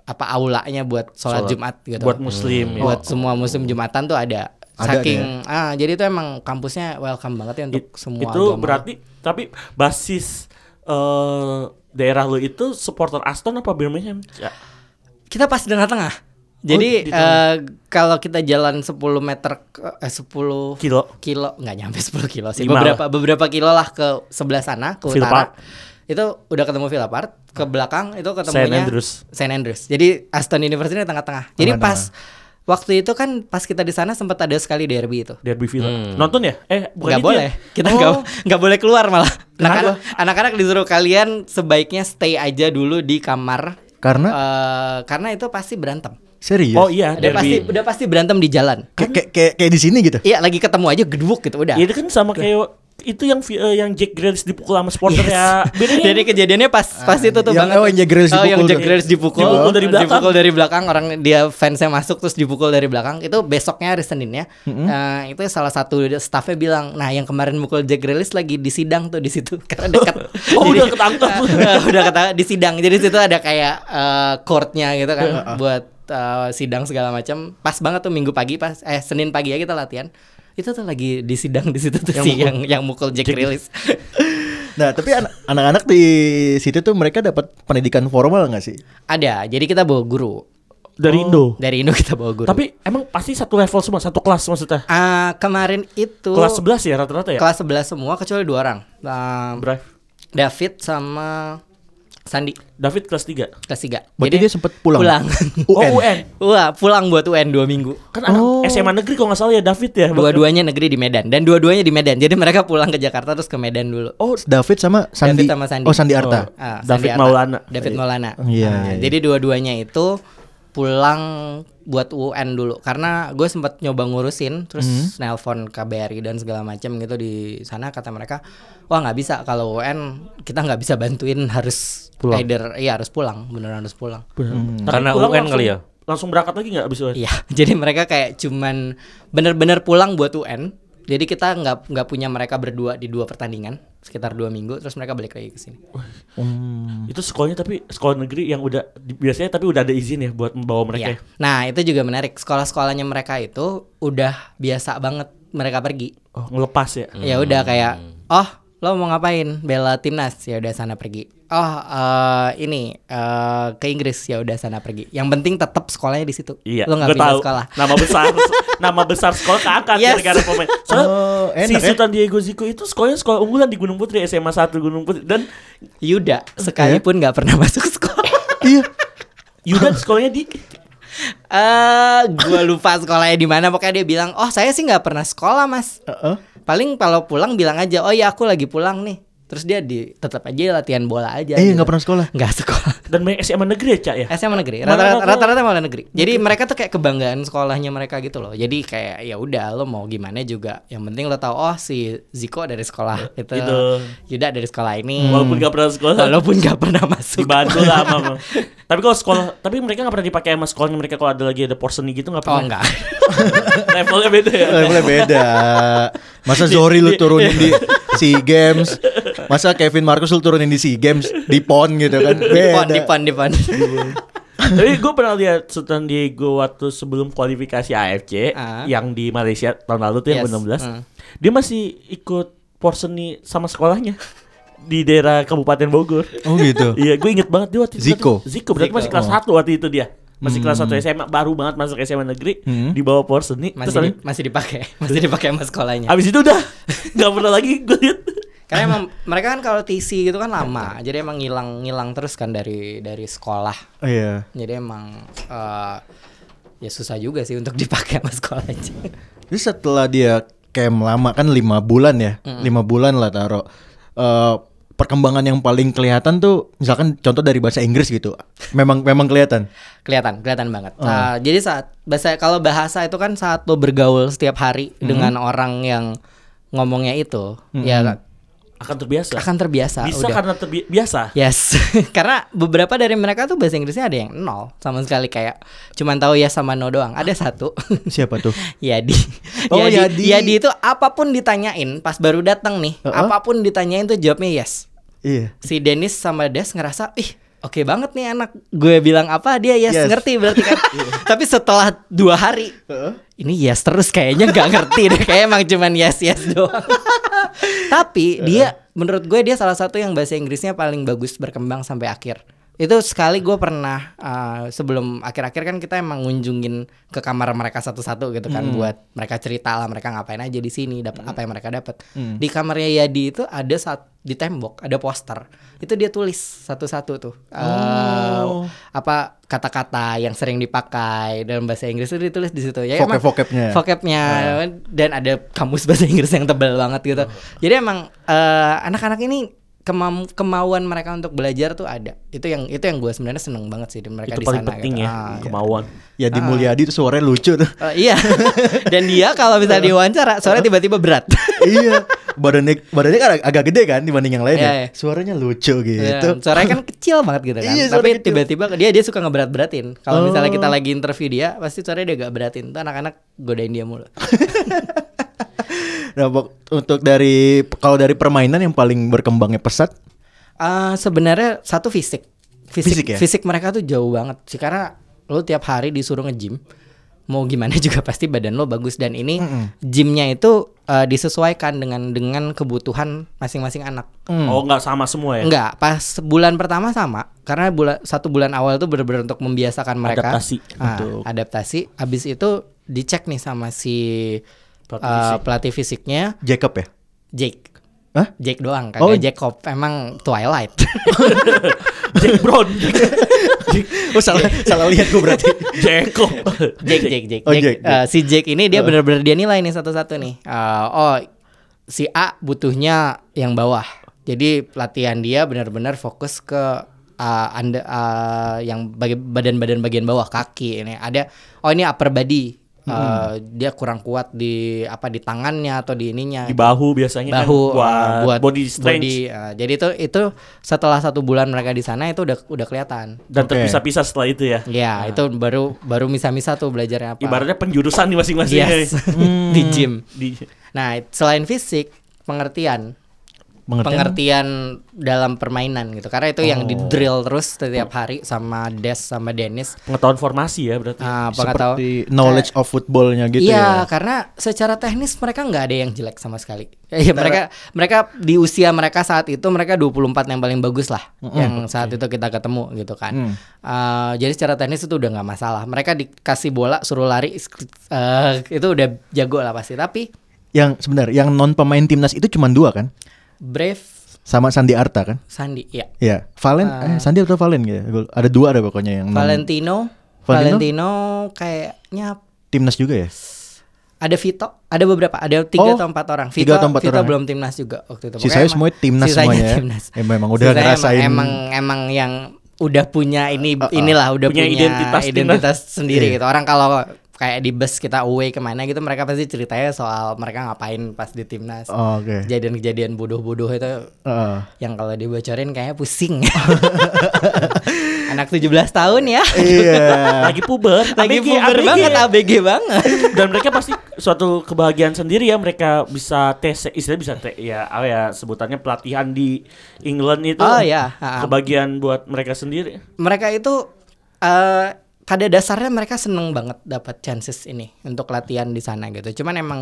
apa aulanya buat sholat Jumat gitu
buat muslim ya.
buat semua musim Jumatan tuh ada,
Ada
saking ah jadi itu emang kampusnya welcome banget ya untuk
It-
semua
itu
agama.
berarti tapi basis eh daerah lu itu supporter Aston apa Birmingham? Ya.
kita pas di tengah-tengah
Oh, di
jadi
tengah.
eh, kalau kita jalan 10 meter ke- eh, 10
Kilo.
kilo nggak nyampe 10 kilo sih
Lima
beberapa beberapa kilo lah ke sebelah sana ke
Villa Park.
utara itu udah ketemu Villa Park ke belakang itu
St.
ketemunya
Andrews.
St. Andrews jadi Aston University di tengah-tengah jadi
Tengah-tengah.
pas waktu itu kan pas kita di sana sempat ada sekali derby itu
Derby Villa.
Hmm.
Nonton ya? Eh, bukan
nggak
itu
boleh
ya?
kita
Oh,
nggak nggak boleh keluar malah
Kenapa?
anak-anak anak-anak disuruh kalian sebaiknya stay aja dulu di kamar
karena
eh, karena itu pasti berantem
serius
Oh iya,
udah pasti
derby.
udah pasti berantem di jalan
Kayak- kayak kayak kayak di sini gitu
iya lagi ketemu aja geduk gitu udah
Ya, itu kan sama kayak itu yang vi- eh, yang Jack Grealish dipukul sama supporter
Yes.
ya. Bedanya
Iya. Jadi kejadiannya pas pas itu tuh
yang-
banget.
oh, yang Jack Grealish
Oh, yang
dipukul
Jack
tuh.
Grealish dipukul.
Ah. Dipukul dari belakang.
Dipukul dari belakang, orang dia fansnya masuk terus dipukul dari belakang. Itu besoknya hari Seninnya. Nah, itu salah satu staffnya bilang, "Nah, yang kemarin mukul Jack Grealish lagi di sidang tuh di situ karena dekat."
Oh, udah ketangkep.
Eh, udah kata di sidang. Jadi situ ada kayak eh, courtnya gitu kan buat eh, sidang segala macam. Pas banget tuh Minggu pagi pas eh Senin pagi ya kita latihan. Itu tuh lagi di sidang di situ tuh
Yang
sih
mukul-
yang yang mukul Jack Grealish.
nah tapi an- anak-anak di situ tuh mereka dapat pendidikan formal nggak sih
Ada. Jadi kita bawa guru.
dari Indo.
Oh. Dari Indo kita bawa guru.
Tapi emang pasti satu level semua, satu kelas maksudnya.
Ah, kemarin itu
Kelas 11 ya rata-rata ya.
kelas 11 semua kecuali dua orang. Ah,
Brive.
David sama Sandi
David kelas 3.
kelas 3.
Berarti dia sempet pulang?
Pulang.
Oh,
UN.
UN.
Wah, pulang buat UN dua minggu.
Kan anak
Oh.
SMA negeri kalau nggak salah ya David ya.
Dua-duanya negeri di Medan dan dua-duanya di Medan. Jadi mereka pulang ke Jakarta terus ke Medan dulu.
Oh,
David sama Sandi
David sama Sandi.
oh Sandi Arta
Oh.
Ah,
David
Sandi Arta.
Maulana. Oh,
David Maulana.
Iya,
Ah,
iya.
Jadi dua-duanya itu pulang buat UN dulu karena gue sempat nyoba ngurusin terus
Hmm.
nelpon KBRI dan segala macam gitu di sana kata mereka wah nggak bisa kalau UN kita nggak bisa bantuin harus
Pulang.
either iya harus pulang beneran harus pulang Hmm.
Tapi
Karena
pulang
UN
langsung-
kali ya?
Langsung berangkat lagi nggak abis UN?
Iya, jadi mereka kayak cuman bener-bener pulang buat UN. Jadi kita nggak nggak punya mereka berdua di dua pertandingan sekitar dua minggu, terus mereka balik lagi ke sini.
Itu sekolahnya tapi sekolah negeri yang udah di- biasanya tapi udah ada izin ya buat membawa mereka.
Iya.
ya?
Nah itu juga menarik. Sekolah-sekolahnya mereka itu udah biasa banget mereka pergi.
Oh, ngelepas ya.
Ya udah kayak, oh lo mau ngapain? Bela timnas ya udah sana pergi. Oh eh, ini eh, ke Inggris ya udah sana pergi. Yang penting tetap sekolahnya di situ.
Iya,
Lo
gua
nggak pindah
tahu.
sekolah.
Nama besar nama besar sekolah keangkat
Yes.
gara-gara pemain. Soalnya
Oh,
si
enak ya.
Sultan Diego Zico itu sekolahnya sekolah unggulan di Gunung Putri SMA 1 Gunung Putri dan
Yuda Ya sekalipun nggak pernah masuk sekolah.
iya
Yuda sekolahnya di
Eh, gua lupa sekolahnya di mana. Pokoknya dia bilang, oh saya sih nggak pernah sekolah mas.
Heeh.
Paling kalau pulang bilang aja, oh ya aku lagi pulang nih. Terus dia di tetap aja latihan bola aja. gitu.
Eh, nggak pernah sekolah?
Nggak sekolah.
dan main SMA negeri ya, Cak ya.
SMA negeri.
Malah
Rata-rata
rata-
rata-rata malah negeri. Jadi mereka tuh kayak kebanggaan sekolahnya mereka gitu loh. Jadi kayak ya udah lo mau gimana juga. Yang penting lo tahu oh si Ziko dari sekolah itu.
Gitu.
Yuda dari sekolah ini.
Walaupun nggak pernah sekolah.
Walaupun nggak pernah masuk.
dibantu lah sama sama. tapi kalau sekolah tapi mereka nggak pernah dipakai sama sekolahnya mereka kalau ada lagi ada porseni gitu nggak
Oh
pernah
enggak.
levelnya beda ya
levelnya Eh, beda masa Zori lu turunin di SEA Games masa Kevin Marcus lu turunin di SEA Games di PON gitu kan
Dipon,
beda
dipon, dipon.
tapi gue pernah lihat Sultan Diego waktu sebelum kualifikasi AFC
Ah.
yang di Malaysia tahun lalu tuh yang 16
Yes, ah.
dia masih ikut porseni sama sekolahnya di daerah Kabupaten Bogor
oh gitu
Iya, gue inget banget dia waktu itu
Zico.
Ziko berarti masih kelas 1 waktu itu dia. masih kelas 1 SMA baru banget masuk SMA negeri
Hmm.
dibawa por seni terus
masih di-
abis-
masih dipakai masih dipakai sama sekolahnya
abis itu udah nggak pernah lagi gue lihat
karena emang mereka kan kalau TC gitu kan lama jadi emang ngilang ngilang terus kan dari dari sekolah
Iya.
jadi emang eh, ya susah juga sih untuk dipakai sama sekolah aja
Jadi setelah dia camp lama kan lima bulan ya, lima bulan lah taro. Eh, perkembangan yang paling kelihatan tuh, misalkan contoh dari bahasa Inggris gitu, memang memang kelihatan.
kelihatan kelihatan banget Nah, jadi saat bahasa kalau bahasa itu kan saat lo bergaul setiap hari dengan orang yang ngomongnya itu ya
akan terbiasa
akan terbiasa
Hmm. bisa kan?
udah.
karena terbiasa
Yes, karena beberapa dari mereka tuh bahasa Inggrisnya ada yang nol sama sekali kayak cuman tahu ya sama no doang. Ada satu.
Siapa tuh?
Yadi.
Oh, Yadi.
Yadi. ya itu apapun ditanyain pas baru datang nih,
Heeh.
apapun ditanyain tuh jawabnya yes.
Iya.
Si Dennis sama Des ngerasa, "Ih, oke banget nih anak." Gue bilang apa dia
Yes.
yes,
Iya.
ngerti berarti kan. Tapi setelah dua hari ini yes terus kayaknya nggak ngerti deh kayak emang cuman yes yes doang tapi dia menurut gue dia salah satu yang bahasa Inggrisnya paling bagus berkembang sampai akhir itu sekali gue pernah uh, sebelum akhir-akhir kan kita emang ngunjungin ke kamar mereka satu-satu gitu kan buat mereka cerita lah mereka ngapain aja di sini dapat apa yang mereka dapat di kamarnya Yadi itu ada saat di tembok ada poster itu dia tulis satu-satu tuh Uh, apa kata-kata yang sering dipakai dalam bahasa Inggris itu ditulis di situ ya emang-
Vocab-vocabnya.
vocabnya dan ada kamus bahasa Inggris yang tebal banget gitu. Jadi emang eh, anak-anak ini kemam- kemauan mereka untuk belajar tuh ada. Itu yang itu yang gue sebenarnya seneng banget sih dan mereka
itu
di
paling
sana
penting
gitu.
ya
Ah, iya.
kemauan
Ya di Mulyadi tuh suaranya lucu tuh.
Eh, iya. dan dia kalau bisa diwawancara soalnya tiba-tiba berat.
iya. Badannya badannya kan ag- agak gede kan dibanding yang lain
Iya, iya.
ya. Suaranya lucu gitu.
Iya, Suaranya kan kecil banget gitu kan.
Iya,
Tapi
suaranya kecil.
tiba-tiba dia dia suka ngeberat-beratin. Kalau misalnya
Oh.
kita lagi interview dia, pasti suaranya dia agak beratin. Tuh anak-anak godain dia mulu.
Nah, bok- untuk dari kalau dari permainan yang paling berkembangnya pesat,
Eh, sebenarnya satu fisik. Fisik
Fisik
fisik,
ya?
mereka tuh jauh banget sih karena lo tiap hari disuruh nge-gym. Mau gimana juga pasti badan lo bagus dan ini gymnya itu eh, disesuaikan dengan dengan kebutuhan masing-masing anak.
oh nggak sama semua ya
Enggak, pas bulan pertama sama karena bulan satu bulan awal itu bener-bener untuk membiasakan mereka
Adaptasi.
Ah,
Untuk-
adaptasi. Abis itu dicek nih sama si
Pelatih
eh,
fisik.
pelatih fisiknya
Jacob ya?
Jake.
Hah?
Jake doang, kagak
Oh.
Jacob. Emang Twilight.
Jack Brown
Oh salah salah lihat gue berarti.
Jeko
Jake, Jake, Jake.
Oh, Jake, Jake.
Jake. Eh, si Jake
Oh.
ini dia benar-benar dia nilai nih satu-satu nih. Eh, oh, si A butuhnya yang bawah. Jadi latihan dia benar-benar fokus ke eh, anda eh, yang bagi- badan-badan bagian bawah kaki ini. Ada oh ini upper body. Eh,
Hmm.
dia kurang kuat di apa di tangannya atau di ininya.
di bahu biasanya
bahu
kan buat,
uh,
body strength
body, uh, jadi itu itu setelah satu bulan mereka di sana itu udah udah kelihatan
dan
Oke.
terpisah-pisah setelah itu ya
ya itu baru baru misa-misa tuh belajarnya apa
ibaratnya penjurusan di masing-masing
yes
Hmm.
di gym
Di-
nah selain fisik pengertian pengertian dalam permainan gitu karena itu
Oh.
yang di drill terus setiap hari sama Des sama Dennis
pengetahuan formasi ya berarti
Ah, apa nggak tahu?
Iya, Seperti knowledge of footballnya gitu
iya,
ya.
karena secara teknis mereka nggak ada yang jelek sama sekali. Iya, mereka mereka di usia mereka saat itu mereka 24 yang paling bagus lah yang saat itu kita ketemu gitu kan.
Hmm.
Eh, jadi secara teknis itu udah nggak masalah. Mereka dikasih bola suruh lari eh, itu udah jago lah pasti. Tapi
Yang sebenarnya yang non pemain timnas itu cuma dua kan?
Brave
Sama Sandi Arta kan?
Sandi ya.
Iya. Valen
Ah.
eh Sandi atau Valen gitu. ya? Gua- Ada dua ada pokoknya yang non-
Valentino
Hmm. Valentino?
Valentino kayaknya
timnas juga ya.
ada Vito, ada beberapa, ada tiga
Oh,
atau empat orang. Vito,
tiga atau empat
Vito
orang ya?
belum timnas juga waktu itu.
Sisanya
Pokoknya
semuanya timnas
sisanya
semuanya ya.
timnas.
Ya, memang udah
Sisanya
ngerasain-
Emang, emang emang yang udah punya ini
Uh-uh.
inilah udah
Punya
punya,
identitas
identitas,
timnas.
sendiri
Iya.
gitu. Orang kalau kayak di bus kita away kemana gitu mereka pasti ceritanya soal mereka ngapain pas di timnas.
Oh, Oke.
Kejadian-kejadian bodoh-bodoh itu
Heeh.
yang kalau dibocorin kayaknya pusing. Anak 17 tahun ya.
Iya.
lagi puber
Lagi
ABG,
puber
ABG.
banget, ABG banget.
dan mereka pasti suatu kebahagiaan sendiri ya mereka bisa tes istilahnya bisa te- ya apa ya sebutannya pelatihan di England itu
Oh, iya. Ha-ha.
kebahagiaan buat mereka sendiri
mereka itu eh pada dasarnya mereka seneng banget dapat chances ini untuk latihan di sana gitu. Cuman emang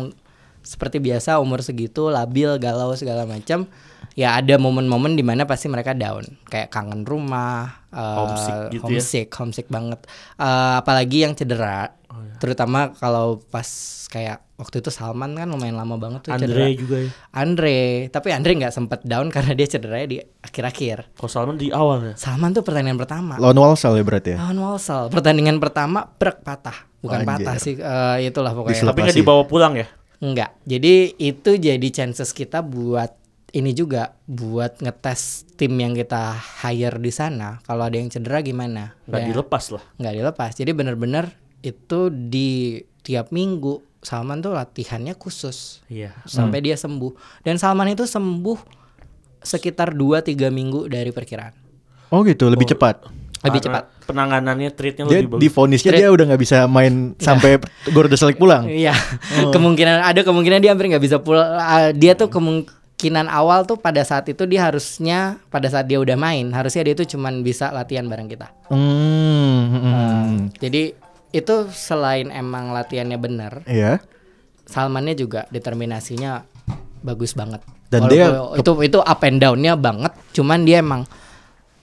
seperti biasa umur segitu labil galau segala macam ya ada momen-momen dimana pasti mereka down kayak kangen rumah eh,
Homesick gitu ya.
homesick homesick banget Eh, apalagi yang cedera
Oh, iya.
terutama kalau pas kayak waktu itu Salman kan lumayan lama banget tuh
Andre
cedera
juga ya.
Andre tapi Andre nggak sempet down karena dia cederanya di akhir-akhir
Kalau Salman di awal ya.
Salman tuh pertandingan pertama
Lawan Walsall ya berarti ya.
lawan Walsall pertandingan pertama brek patah bukan
Anjir.
patah sih eh, itulah pokoknya
Dislep.
Tapi nggak
Pasti.
dibawa pulang ya.
Enggak. Jadi itu jadi chances kita buat ini juga buat ngetes tim yang kita hire di sana kalau ada yang cedera gimana.
Nggak
Ya,
dilepas lah.
nggak dilepas. Jadi bener-bener itu di tiap minggu Salman tuh latihannya khusus
Iya.
sampai dia sembuh. Dan Salman itu sembuh sekitar 2-3 minggu dari perkiraan.
Oh gitu, lebih cepat.
Lebih
Karena
cepat.
Penanganannya treatnya
Dia
lebih bagus.
difonisnya dia udah nggak bisa main sampai gor deselik pulang.
Iya.
Oh.
Kemungkinan ada kemungkinan dia hampir nggak bisa pulang. Ah, Dia tuh kemungkinan awal tuh pada saat itu dia harusnya pada saat dia udah main harusnya dia tuh cuman bisa latihan bareng kita.
Hmm, hmm, hmm.
Jadi itu selain emang latihannya benar,
Iya.
Salmannya juga determinasinya bagus banget.
Dan
Walaupun
dia-
itu itu up and down-nya banget, cuman dia emang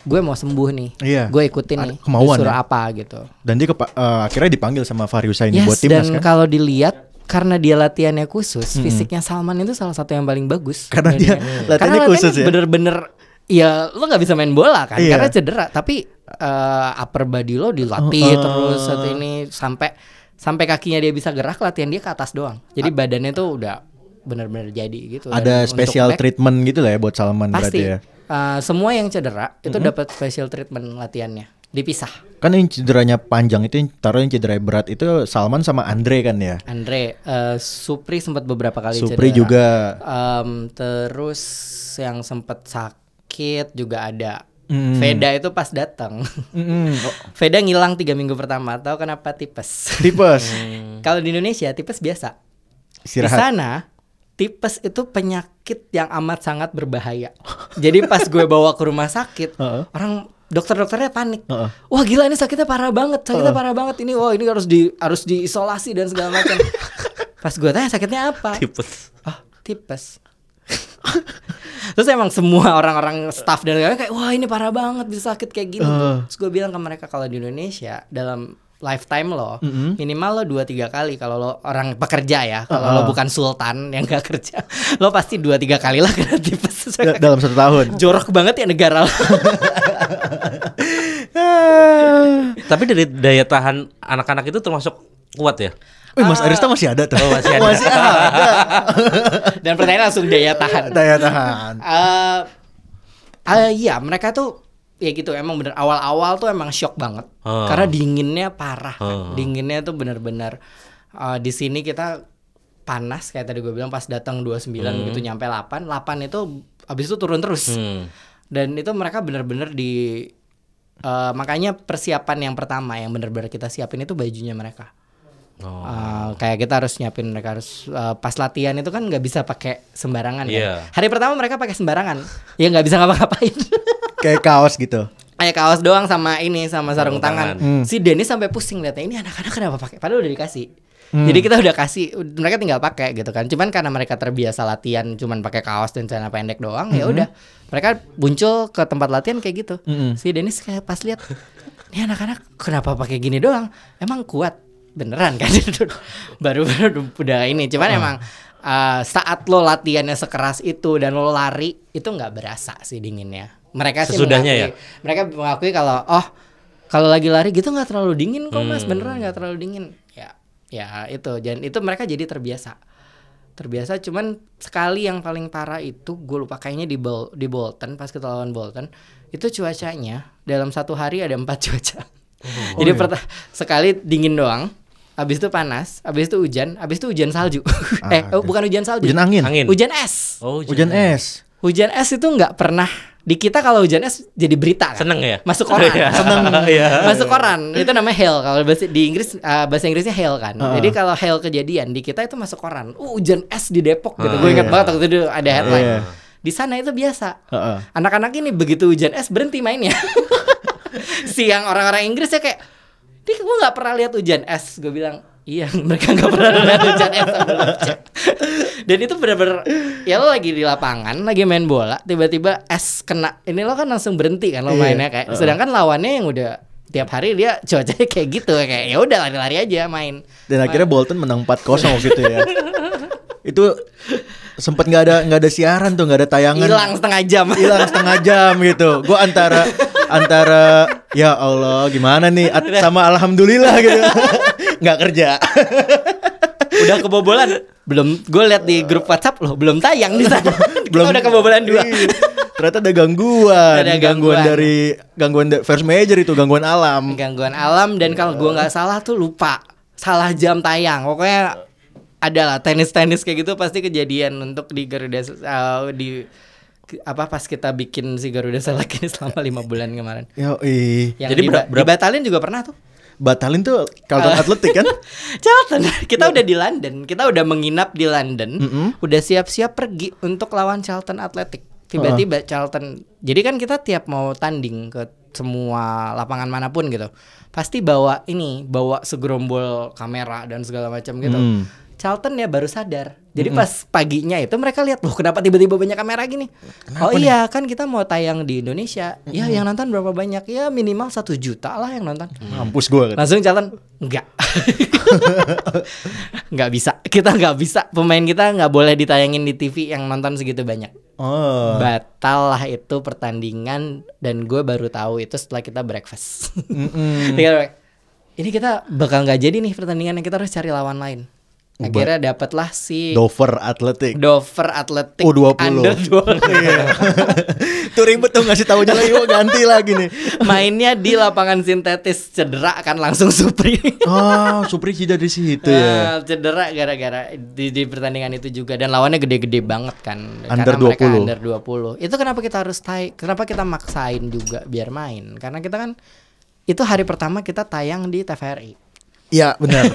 gue mau sembuh nih.
Iya.
Gue ikutin
Ada
nih.
kemauan
disuruh
ya?
apa gitu.
Dan dia kepa- eh, akhirnya dipanggil sama Fariusa ini
Yes,
buat timnas kan.
dan kalau dilihat karena dia latihannya khusus, fisiknya Salman itu salah satu yang paling bagus.
Karena dia
Karena
latihannya khusus ya.
Bener-bener ya lo nggak bisa main bola kan
Iya.
karena cedera. Tapi eh, upper body lo dilatih
Uh-uh.
terus saat ini sampai sampai kakinya dia bisa gerak latihan dia ke atas doang. Jadi badannya tuh udah bener-bener jadi gitu. Dan
Ada
untuk
special
back,
treatment gitu lah ya buat Salman berarti
pasti.
ya.
Eh, semua yang cedera itu dapat special treatment latihannya dipisah.
Kan yang cederanya panjang itu yang taruh yang cedera berat itu Salman sama Andre kan ya.
Andre, eh, Supri sempat beberapa kali
Supri
cedera.
juga.
Em, terus yang sempet sakit juga ada.
Hmm.
Veda itu pas datang.
Mm-mm.
Veda ngilang tiga minggu pertama. Tahu kenapa tipes?
Tipes.
Kalau di Indonesia tipes biasa. Di
Istirahat.
sana tipes itu penyakit yang amat sangat berbahaya. Jadi pas gue bawa ke rumah sakit,
Heeh.
orang dokter-dokternya panik.
Heeh.
Wah gila ini sakitnya parah banget, sakitnya parah banget ini. Wah ini harus di harus diisolasi dan segala macam. pas gue tanya sakitnya apa?
tipes
Ah, tipes. Terus emang semua orang-orang staff dan lain-lain kayak wah ini parah banget bisa sakit kayak gini.
Eh.
Terus gue bilang ke mereka kalau di Indonesia dalam lifetime lo minimal lo dua tiga kali kalau lo orang pekerja ya kalau lo bukan sultan yang gak kerja lo pasti dua tiga kali lah kena tipes.
Da- dalam satu tahun.
Jorok banget ya negara lo.
tapi dari daya tahan anak-anak itu termasuk kuat ya
Wih, Mas Arista masih ada tuh.
masih ada.
dan pertanyaan langsung daya tahan.
Daya tahan.
Eh eh, iya mereka tuh ya gitu emang bener awal-awal tuh emang shock banget
Ah.
karena dinginnya parah kan. dinginnya tuh bener-bener eh, di sini kita panas kayak tadi gue bilang pas datang 29 begitu gitu, nyampe 8 8 itu abis itu turun terus
Hmm.
dan itu mereka bener-bener di eh, makanya persiapan yang pertama yang bener-bener kita siapin itu bajunya mereka
Oh.
Uh, kayak kita harus nyiapin mereka harus uh, pas latihan itu kan nggak bisa pakai sembarangan
Iya.
kan. Hari pertama mereka pakai sembarangan. ya nggak bisa ngapa-ngapain.
Kayak kaos gitu.
kayak kaos doang sama ini sama
Sarung
sarung
tangan.
tangan. Hmm. Si Denny sampai pusing liatnya ini anak-anak kenapa pakai? Padahal udah dikasih. Jadi kita udah kasih, ud- mereka tinggal pakai gitu kan. Cuman karena mereka terbiasa latihan cuman pakai kaos dan celana pendek doang, ya udah. Mereka muncul ke tempat latihan kayak gitu. Si Dennis kayak pas lihat, ini anak-anak kenapa pakai gini doang? Emang kuat beneran kan? baru baru udah ini. Cuman emang uh, saat lo latihannya sekeras itu dan lo lari itu nggak berasa sih dinginnya. Mereka sih
Sesudahnya
mengakui-
ya?
mereka mengakui kalau oh kalau lagi lari gitu nggak terlalu dingin kok mas
Hmm.
beneran nggak terlalu dingin ya ya itu dan itu mereka jadi terbiasa terbiasa cuman sekali yang paling parah itu gue lupa kayaknya di Bol- di Bolton pas kita lawan Bolton itu cuacanya dalam satu hari ada empat cuaca
Oh, iya.
jadi perta- sekali dingin doang habis itu panas habis itu hujan habis itu hujan salju eh
Ah,
oh, bukan hujan salju
Hujan angin.
Angin.
hujan es
oh
Hujan
jangan.
es.
hujan es itu nggak pernah di kita kalau hujan es jadi berita kan?
seneng ya
masuk koran
Iya.
seneng
Iya.
masuk koran itu namanya hail kalau bahasa di Inggris eh, bahasa Inggrisnya hail kan jadi kalau hail kejadian di kita itu masuk koran uh, hujan es di Depok
Iya.
gitu gue ingat banget waktu itu ada headline
Iya.
di sana itu biasa
Heeh.
anak-anak ini begitu hujan es berhenti mainnya siang orang-orang Inggris ya kayak ini gue nggak pernah lihat hujan es gue bilang Iya, mereka nggak pernah ada hujan es sama lobster. Dan itu benar-benar ya lo lagi di lapangan, lagi main bola, tiba-tiba es kena. Ini lo kan langsung berhenti kan lo
Iya.
mainnya kayak. Sedangkan lawannya yang udah tiap hari dia cuacanya kayak gitu kayak ya udah lari-lari aja main.
Dan akhirnya Bolton menang 4-0 waktu itu ya. itu sempat nggak ada nggak ada siaran tuh, nggak ada tayangan.
Hilang setengah jam.
Hilang setengah jam gitu. Gue antara antara ya Allah gimana nih At- sama alhamdulillah gitu. Nggak kerja.
udah kebobolan. Belum gue lihat di grup WhatsApp lo belum tayang di sana. Belum udah kebobolan dua.
Iya. Ternyata ada gangguan.
Ada
gangguan.
gangguan.
dari gangguan da- first major itu gangguan alam.
gangguan alam dan kalau gua nggak salah tuh lupa salah jam tayang pokoknya adalah tenis tenis kayak gitu pasti kejadian untuk di Garuda eh, di ke- apa pas kita bikin si Garuda salah kini selama lima bulan kemarin
Yo, ih.
yang
Jadi
Jadi
berapa- berapa-
dibatalin juga pernah tuh
Batalin tuh Carlton
Eh.
Atletik kan?
Charlton kita udah di London kita udah menginap di London udah siap-siap pergi untuk lawan Charlton Athletic tiba-tiba Charlton jadi kan kita tiap mau tanding ke semua lapangan manapun gitu pasti bawa ini bawa segerombol kamera dan segala macam gitu Charlton ya baru sadar jadi pas paginya itu mereka lihat loh kenapa tiba-tiba banyak kamera gini oh iya kan kita mau tayang di Indonesia ya yang nonton berapa banyak ya minimal satu juta lah yang nonton
Mampus gue kan.
Langsung Charlton enggak. enggak bisa. Kita enggak bisa. Pemain kita enggak boleh ditayangin di TV yang nonton segitu banyak.
Oh.
Batal lah itu pertandingan dan gue baru tahu itu setelah kita breakfast.
Mm-mm.
Kita kayak, Ini kita bakal nggak jadi nih pertandingan yang kita harus cari lawan lain. Akhirnya dapatlah si
Dover Atletik.
Dover Athletic
U20.
Under 20.
Iya. Tuh ribet tuh ngasih tahunya lagi wah ganti lagi nih.
Mainnya di lapangan sintetis cedera kan langsung supri.
Oh, Supri Cida di situ ya.
Ah, cedera gara-gara di, di pertandingan itu juga dan lawannya gede-gede banget kan.
Under
Karena mereka
20.
Under 20. Itu kenapa kita harus tay kenapa kita maksain juga biar main? Karena kita kan itu hari pertama kita tayang di TVRI.
Iya, benar.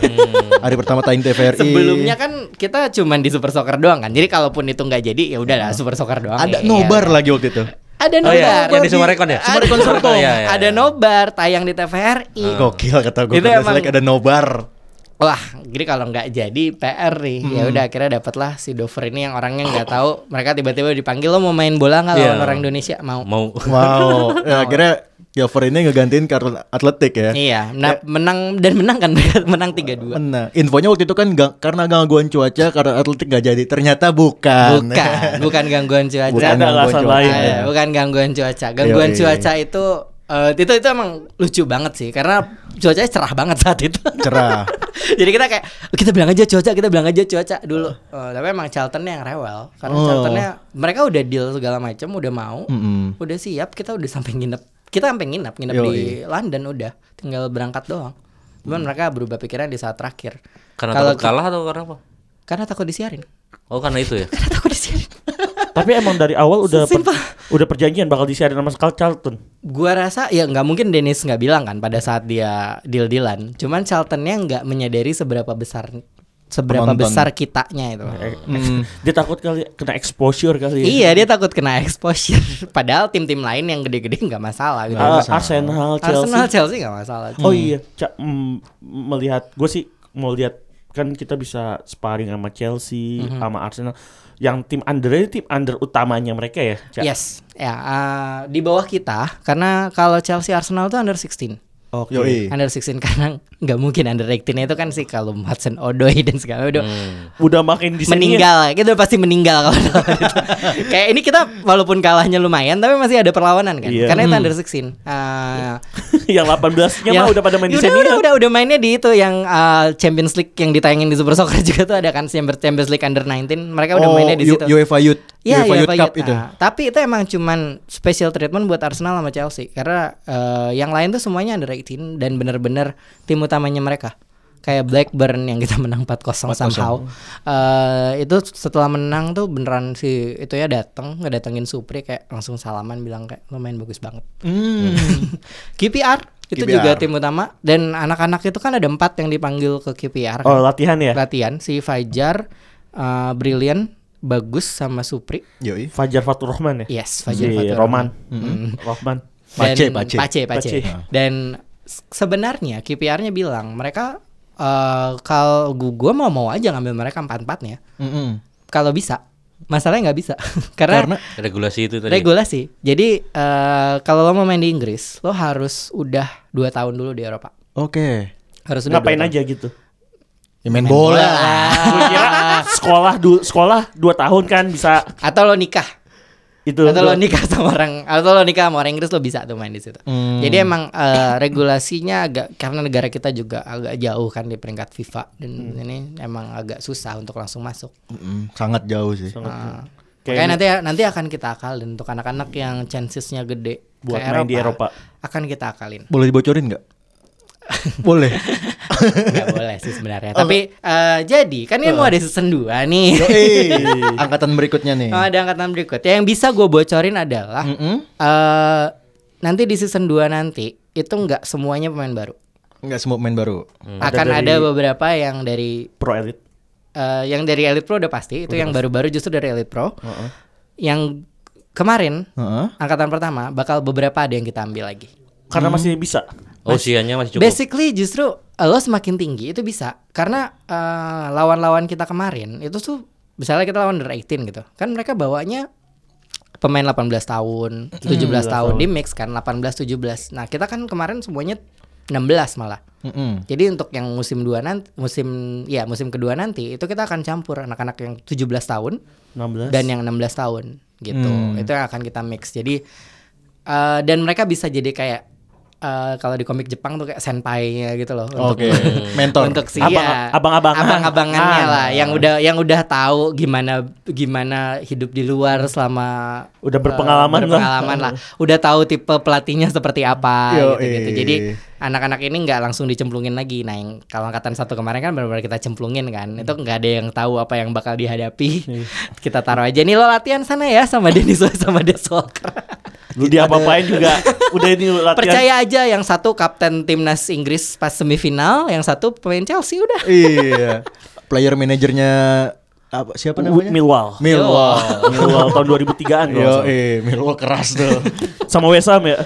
Hari pertama tayang TVRI.
Hmm. Sebelumnya kan kita cuman di Super Soccer doang kan. Jadi kalaupun itu nggak jadi ya udahlah Super Soccer doang.
Iya. ada
ya.
nobar lagi waktu itu.
Ada
Oh
nobar.
iya, yang di Sumarekon ya?
Sumarekon
Sumarekon, iya, iya.
Ada nobar tayang di TVRI.
Gokil kata gue
Itu
pada
emang-
selek ada nobar.
Wah, jadi kalau nggak jadi PR nih, ya
Hmm.
udah akhirnya dapatlah si Dover ini yang orangnya nggak tahu. Mereka tiba-tiba dipanggil lo mau main bola nggak lawan
Iya.
orang Indonesia mau.
Mau.
Wow. Ya, akhirnya Dover ini ngegantiin Carlton Atletik ya.
Iya, nah, menang dan menang kan mereka menang 3-2.
Benar. Infonya waktu itu kan ga- karena gangguan cuaca karena Atletik gak jadi. Ternyata bukan.
Bukan, bukan gangguan cuaca.
Bukan
Ada
gangguan
alasan
cuaca.
lain
Ah,
ya.
bukan gangguan cuaca. Gangguan
Yoi.
cuaca itu eh, itu itu emang lucu banget sih karena cuacanya cerah banget saat itu.
Cerah.
Jadi kita kayak kita bilang aja cuaca, kita bilang aja cuaca dulu. Eh, tapi emang Charltonnya yang rewel karena
Oh.
Charltonnya mereka udah deal segala macam, udah mau,
Mm-mm.
udah siap, kita udah sampai nginep. Kita sampai nginep, nginep di London udah, tinggal berangkat doang. Cuman mereka berubah pikiran di saat terakhir.
Karena
Kalau
takut kalah atau karena apa?
Karena takut disiarin.
Oh karena itu ya.
Karena takut disiarin.
Tapi emang dari awal udah per-
Simpel.
udah perjanjian bakal disiarin sama Carl- Charlton.
Gua rasa ya nggak mungkin Dennis nggak bilang kan pada saat dia deal dealan. Cuman Charltonnya nggak menyadari seberapa besar seberapa
Penonton.
besar kitanya itu.
Nah, Eh, Dia takut kali kena exposure kali. ya.
Iya dia takut kena exposure. Padahal tim-tim lain yang gede-gede nggak masalah gitu.
Ah, Arsenal, Chelsea.
Arsenal Chelsea nggak masalah.
Oh iya, Ca- mm, melihat gue sih mau lihat kan kita bisa sparring sama Chelsea, sama Arsenal. Yang tim under tim under utamanya mereka ya. Ca?
Yes, ya eh, di bawah kita karena kalau Chelsea Arsenal tuh under 16.
Oke.
Yoi.
Under 16 karena nggak mungkin under 18 itu kan sih kalau Hudson Odoi dan segala udah
Udah makin di sini ya.
meninggal, kita udah pasti meninggal kalau lawan itu. kayak ini kita walaupun kalahnya lumayan tapi masih ada perlawanan kan
Iya.
karena itu under 16. Eh,
yang 18-nya mah
Yang-
udah pada main di
Ya. udah,
sini.
udah, udah, udah mainnya di itu yang uh, Champions League yang ditayangin di Super Soccer juga tuh ada kan Chamber- Champions League Under 19. Mereka udah
Oh,
mainnya di
U-
situ.
UEFA Youth.
Iya,
UEFA Youth
UEFA
Cup
Youth.
itu.
Nah, tapi itu emang cuman special treatment buat Arsenal sama Chelsea karena uh, yang lain tuh semuanya under 18 dan bener-bener tim utamanya mereka. Kayak Blackburn yang kita menang 4-0 somehow. Uh, itu setelah menang tuh beneran si itu ya datang, ngedatengin Supri kayak langsung salaman bilang kayak lo main bagus banget.
Hmm.
KPR itu
KPR.
juga tim utama dan anak-anak itu kan ada empat yang dipanggil ke KPR
Oh,
kan.
latihan ya.
latihan si Fajar, eh, Brilliant, bagus sama Supri.
Yoi.
Fajar Fatur Rahman ya.
Yes, Fajar Mm-hmm.
Si
Fatur
Roman. Ah. Rahman.
Dan-
Pace, Pace.
Pace, Pace.
Pace.
Dan s- sebenarnya KPR-nya bilang mereka eh, kalau gue mau mau aja ngambil mereka empat-empatnya
Mm-mm.
kalau bisa masalahnya nggak bisa karena,
Karena-
Regulasi itu tadi.
regulasi jadi eh, kalau lo mau main di Inggris lo harus udah dua tahun dulu di Eropa
Oke.
harus udah
Ngapain
dua
aja gitu?
Ya, main bola. lah.
Ah.
Gua kira sekolah du- sekolah 2 tahun kan bisa
tahun. atau lo nikah
itu.
atau lo nikah sama orang atau lo nikah sama orang Inggris lo bisa tuh main di situ
Hmm.
jadi emang eh, regulasinya agak karena negara kita juga agak jauh kan di peringkat FIFA dan
Hmm.
ini emang agak susah untuk langsung masuk
Mm-mm, Sangat jauh sih.
Nah,
Kayak
makanya nanti nanti akan kita akalin untuk anak-anak yang chancesnya gede ke
Buat main di Eropa.
akan kita akalin
Boleh dibocorin nggak? Boleh.
nggak boleh sih sebenarnya tapi
Oh.
eh, jadi kan ini mau ada season 2 nih
Yoi. Angkatan berikutnya
eh.
nih.
Mau ada angkatan berikut ya yang bisa gue bocorin adalah
Mm-mm.
eh, nanti di season 2 nanti itu nggak semuanya pemain baru
Nggak semua main baru.
akan
Ada
ada
dari-
beberapa yang dari
pro elit.
eh, yang dari Elite Pro udah pasti itu yang baru-baru justru dari Elite Pro yang kemarin
Heeh.
angkatan pertama bakal beberapa ada yang kita ambil lagi
Karena masih bisa.
Usianya Oh, masih cukup.
basically justru eh, lo semakin tinggi itu bisa karena eh, lawan-lawan kita kemarin itu tuh misalnya kita lawan under 18 gitu kan mereka bawanya pemain 18 tahun 17 tahun di mix kan 18 17 nah kita kan kemarin semuanya 16 malah
Mm-mm.
jadi untuk yang musim dua nanti musim ya musim kedua nanti itu kita akan campur anak-anak yang 17 tahun
16.
dan ya- yang 16 tahun gitu. Itu yang akan kita mix. Jadi eh, dan mereka bisa jadi kayak eh, kalau di komik Jepang tuh kayak senpai-nya gitu loh. Untuk-
Oke. Mentor.
Untuk si
Abang-
ya,
abang-abangan.
abang-abangannya
Ah.
lah yang udah yang udah tahu gimana gimana hidup di luar selama
Udah
eh,
berpengalaman lah.
berpengalaman lah. Udah tahu tipe pelatihnya seperti apa
Yo,
gitu-gitu.
eh.
Jadi anak-anak ini nggak langsung dicemplungin lagi. Nah, yang kalau angkatan satu kemarin kan benar-benar kita cemplungin kan.
Hmm.
Itu nggak ada yang tahu apa yang bakal dihadapi.
Iya.
kita taruh aja nih lo latihan sana ya sama Denis sama Deswalker.
Lu dia apa-apain juga. Udah ini lu latihan.
Percaya aja yang satu kapten timnas Inggris pas semifinal, yang satu pemain Chelsea udah.
iya. Player manajernya apa siapa namanya?
Milwall.
Milwall.
Milwall tahun 2003-an kalau nggak
Yo, eh, Milwall keras tuh.
salah. Sama Wesam ya.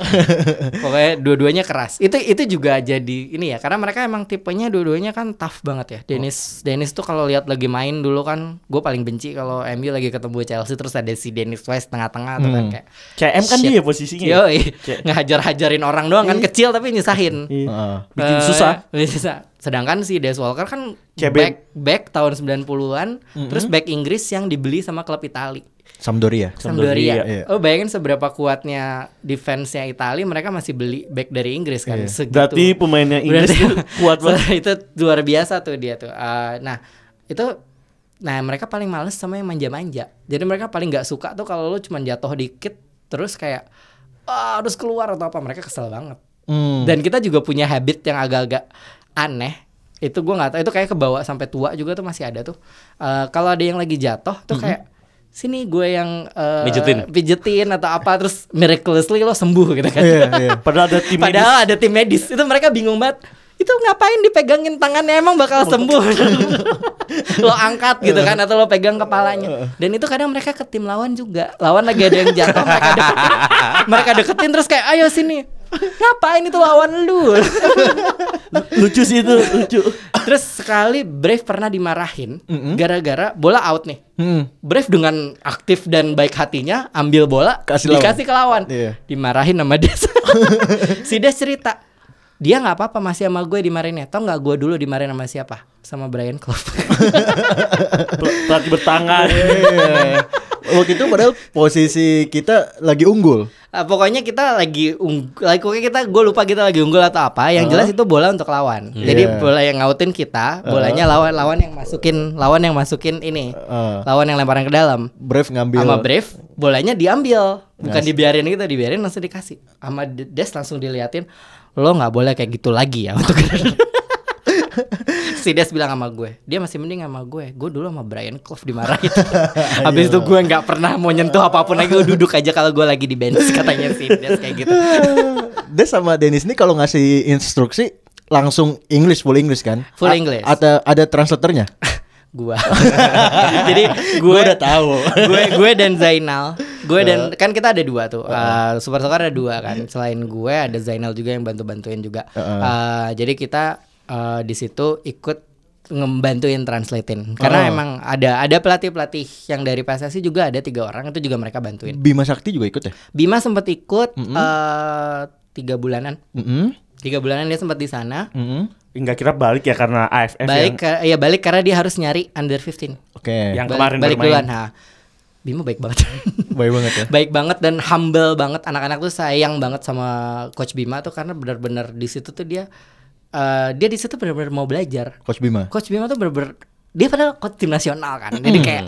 Pokoknya dua-duanya keras. Itu itu juga jadi ini ya karena mereka emang tipenya dua-duanya kan tough banget ya. Dennis Dennis tuh kalau lihat lagi main dulu kan gue paling benci kalau MU lagi ketemu Chelsea terus ada si Dennis West tengah-tengah tuh kan kayak
CM kan
Shit.
dia posisinya. ya.
Yoi, ngehajar-hajarin orang doang kan kecil tapi nyusahin.
Iya.
Heeh.
Bikin
Eh,
susah.
bikin susah. Sedangkan si Des Walker kan
CB.
back back tahun 90-an, terus back Inggris yang dibeli sama klub Itali.
Sampdoria.
Sampdoria.
Iya, Sampdoria.
Oh, bayangin seberapa kuatnya defense-nya Itali, mereka masih beli back dari Inggris kan.
Iya.
Segitu.
Berarti pemainnya Inggris
Berarti-
tuh kuat banget.
itu luar biasa tuh dia tuh. Eh, nah, itu nah mereka paling males sama yang manja-manja. Jadi mereka paling nggak suka tuh kalau lu cuman jatuh dikit terus kayak "Ah, harus keluar atau apa, mereka kesel banget.
Hmm.
Dan kita juga punya habit yang agak-agak aneh. Itu gua nggak tahu. Itu kayak kebawa sampai tua juga tuh masih ada tuh. Eh, kalau ada yang lagi jatuh tuh
Hmm.
kayak sini gue yang eh,
Pijetin.
pijetin atau apa terus miraculously lo sembuh gitu kan.
Iya, iya.
Padahal ada tim
Padahal ada tim medis itu mereka bingung banget. Itu ngapain dipegangin tangannya emang bakal sembuh? lo angkat gitu kan atau lo pegang kepalanya. Dan itu kadang mereka ke tim lawan juga. Lawan lagi ada yang jatuh mereka deketin. mereka deketin terus kayak ayo sini. Ngapain itu lawan lu?
lucu sih itu, lucu.
terus sekali Brave pernah dimarahin gara-gara bola out nih.
Hmm.
Brave dengan aktif dan baik hatinya ambil bola
Kasih lawan.
dikasih ke lawan
Iya.
dimarahin sama Des si Des cerita dia nggak apa-apa masih sama gue dimarahin ya tau nggak gue dulu dimarahin sama siapa sama Brian Clough
Pel- Pelatih bertangan.
Iya. Waktu itu padahal posisi kita lagi unggul.
Ah, pokoknya kita lagi unggul like, pokoknya kita gue lupa kita lagi unggul atau apa yang jelas itu bola untuk lawan jadi
Iya.
bola yang ngautin kita bolanya lawan lawan yang masukin lawan yang masukin ini
Heeh.
lawan yang lemparan ke dalam
Brave ngambil.
sama Brave bolanya diambil bukan dibiarin gitu dibiarin langsung dikasih sama Des langsung diliatin lo nggak boleh kayak gitu lagi ya untuk si Des bilang sama gue dia masih mending sama gue gue dulu sama Brian Clough dimarahin habis itu gue nggak pernah mau nyentuh apapun lagi gue duduk aja kalau gue lagi di bench katanya si Des kayak gitu
Dia sama Dennis nih kalau ngasih instruksi langsung English full English kan?
Full
A-
English.
Ada ada translatornya.
gue jadi gue
Gua udah tahu.
gue gue dan Zainal gue dan kan kita ada dua tuh Eh, super soccer ada dua kan selain gue ada Zainal juga yang bantu bantuin juga Eh, jadi kita eh, di situ ikut ngebantuin translatein
Oh.
karena emang ada ada pelatih pelatih yang dari PSSI juga ada tiga orang itu juga mereka bantuin
Bima Sakti juga ikut ya?
Bima sempat ikut eh, tiga bulanan
Mm-mm.
tiga bulanan dia sempat di sana
Mm-mm.
Enggak kira balik ya karena AFF
balik ke- ya balik karena dia harus nyari under 15
Oke.
yang, yang
Balik-
kemarin
balik
bermain.
duluan ha Bima baik banget
Baik banget ya.
baik banget dan humble banget anak-anak tuh sayang banget sama coach Bima tuh karena benar-benar di situ tuh dia eh, dia di situ benar-benar mau belajar
Coach Bima.
coach Bima tuh benar-benar dia padahal coach tim nasional kan jadi
Hmm.
kayak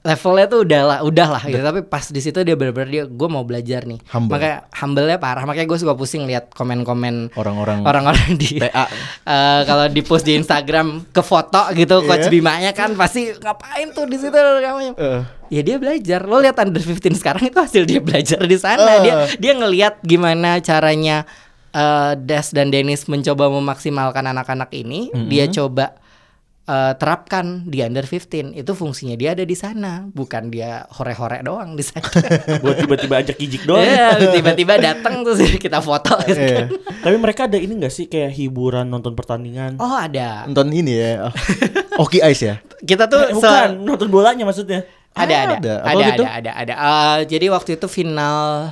levelnya tuh udah lah udah lah gitu tapi pas di situ dia benar-benar dia gue mau belajar nih
Humble.
makanya humble-nya parah makanya gue suka pusing lihat komen-komen
Orang-orang
orang-orang di
TA.
Eh, kalau di post di Instagram ke foto gitu
Iya.
coach Bimanya kan pasti ngapain tuh di situ kamu
Eh.
ya dia belajar lo lihat under 15 sekarang itu hasil dia belajar di
Eh.
sana dia dia ngelihat gimana caranya eh, Des dan Dennis mencoba memaksimalkan anak-anak ini
Mm-hmm.
dia coba eh, terapkan di under 15 itu fungsinya dia ada di sana bukan dia hore-hore doang di sana
Buat tiba-tiba ajak kijik doang.
Ya, tiba-tiba datang terus kita foto gitu
Iya.
kan.
Tapi mereka ada ini gak sih kayak hiburan nonton pertandingan?
oh ada
Nonton ini ya. Oh. Oki Ice ya.
kita
Eh,
tuh se-
bukan, nonton bolanya maksudnya.
ada ada
Ada.
ada
Apa
ada
gitu?
ada, ada, Eh, jadi waktu itu final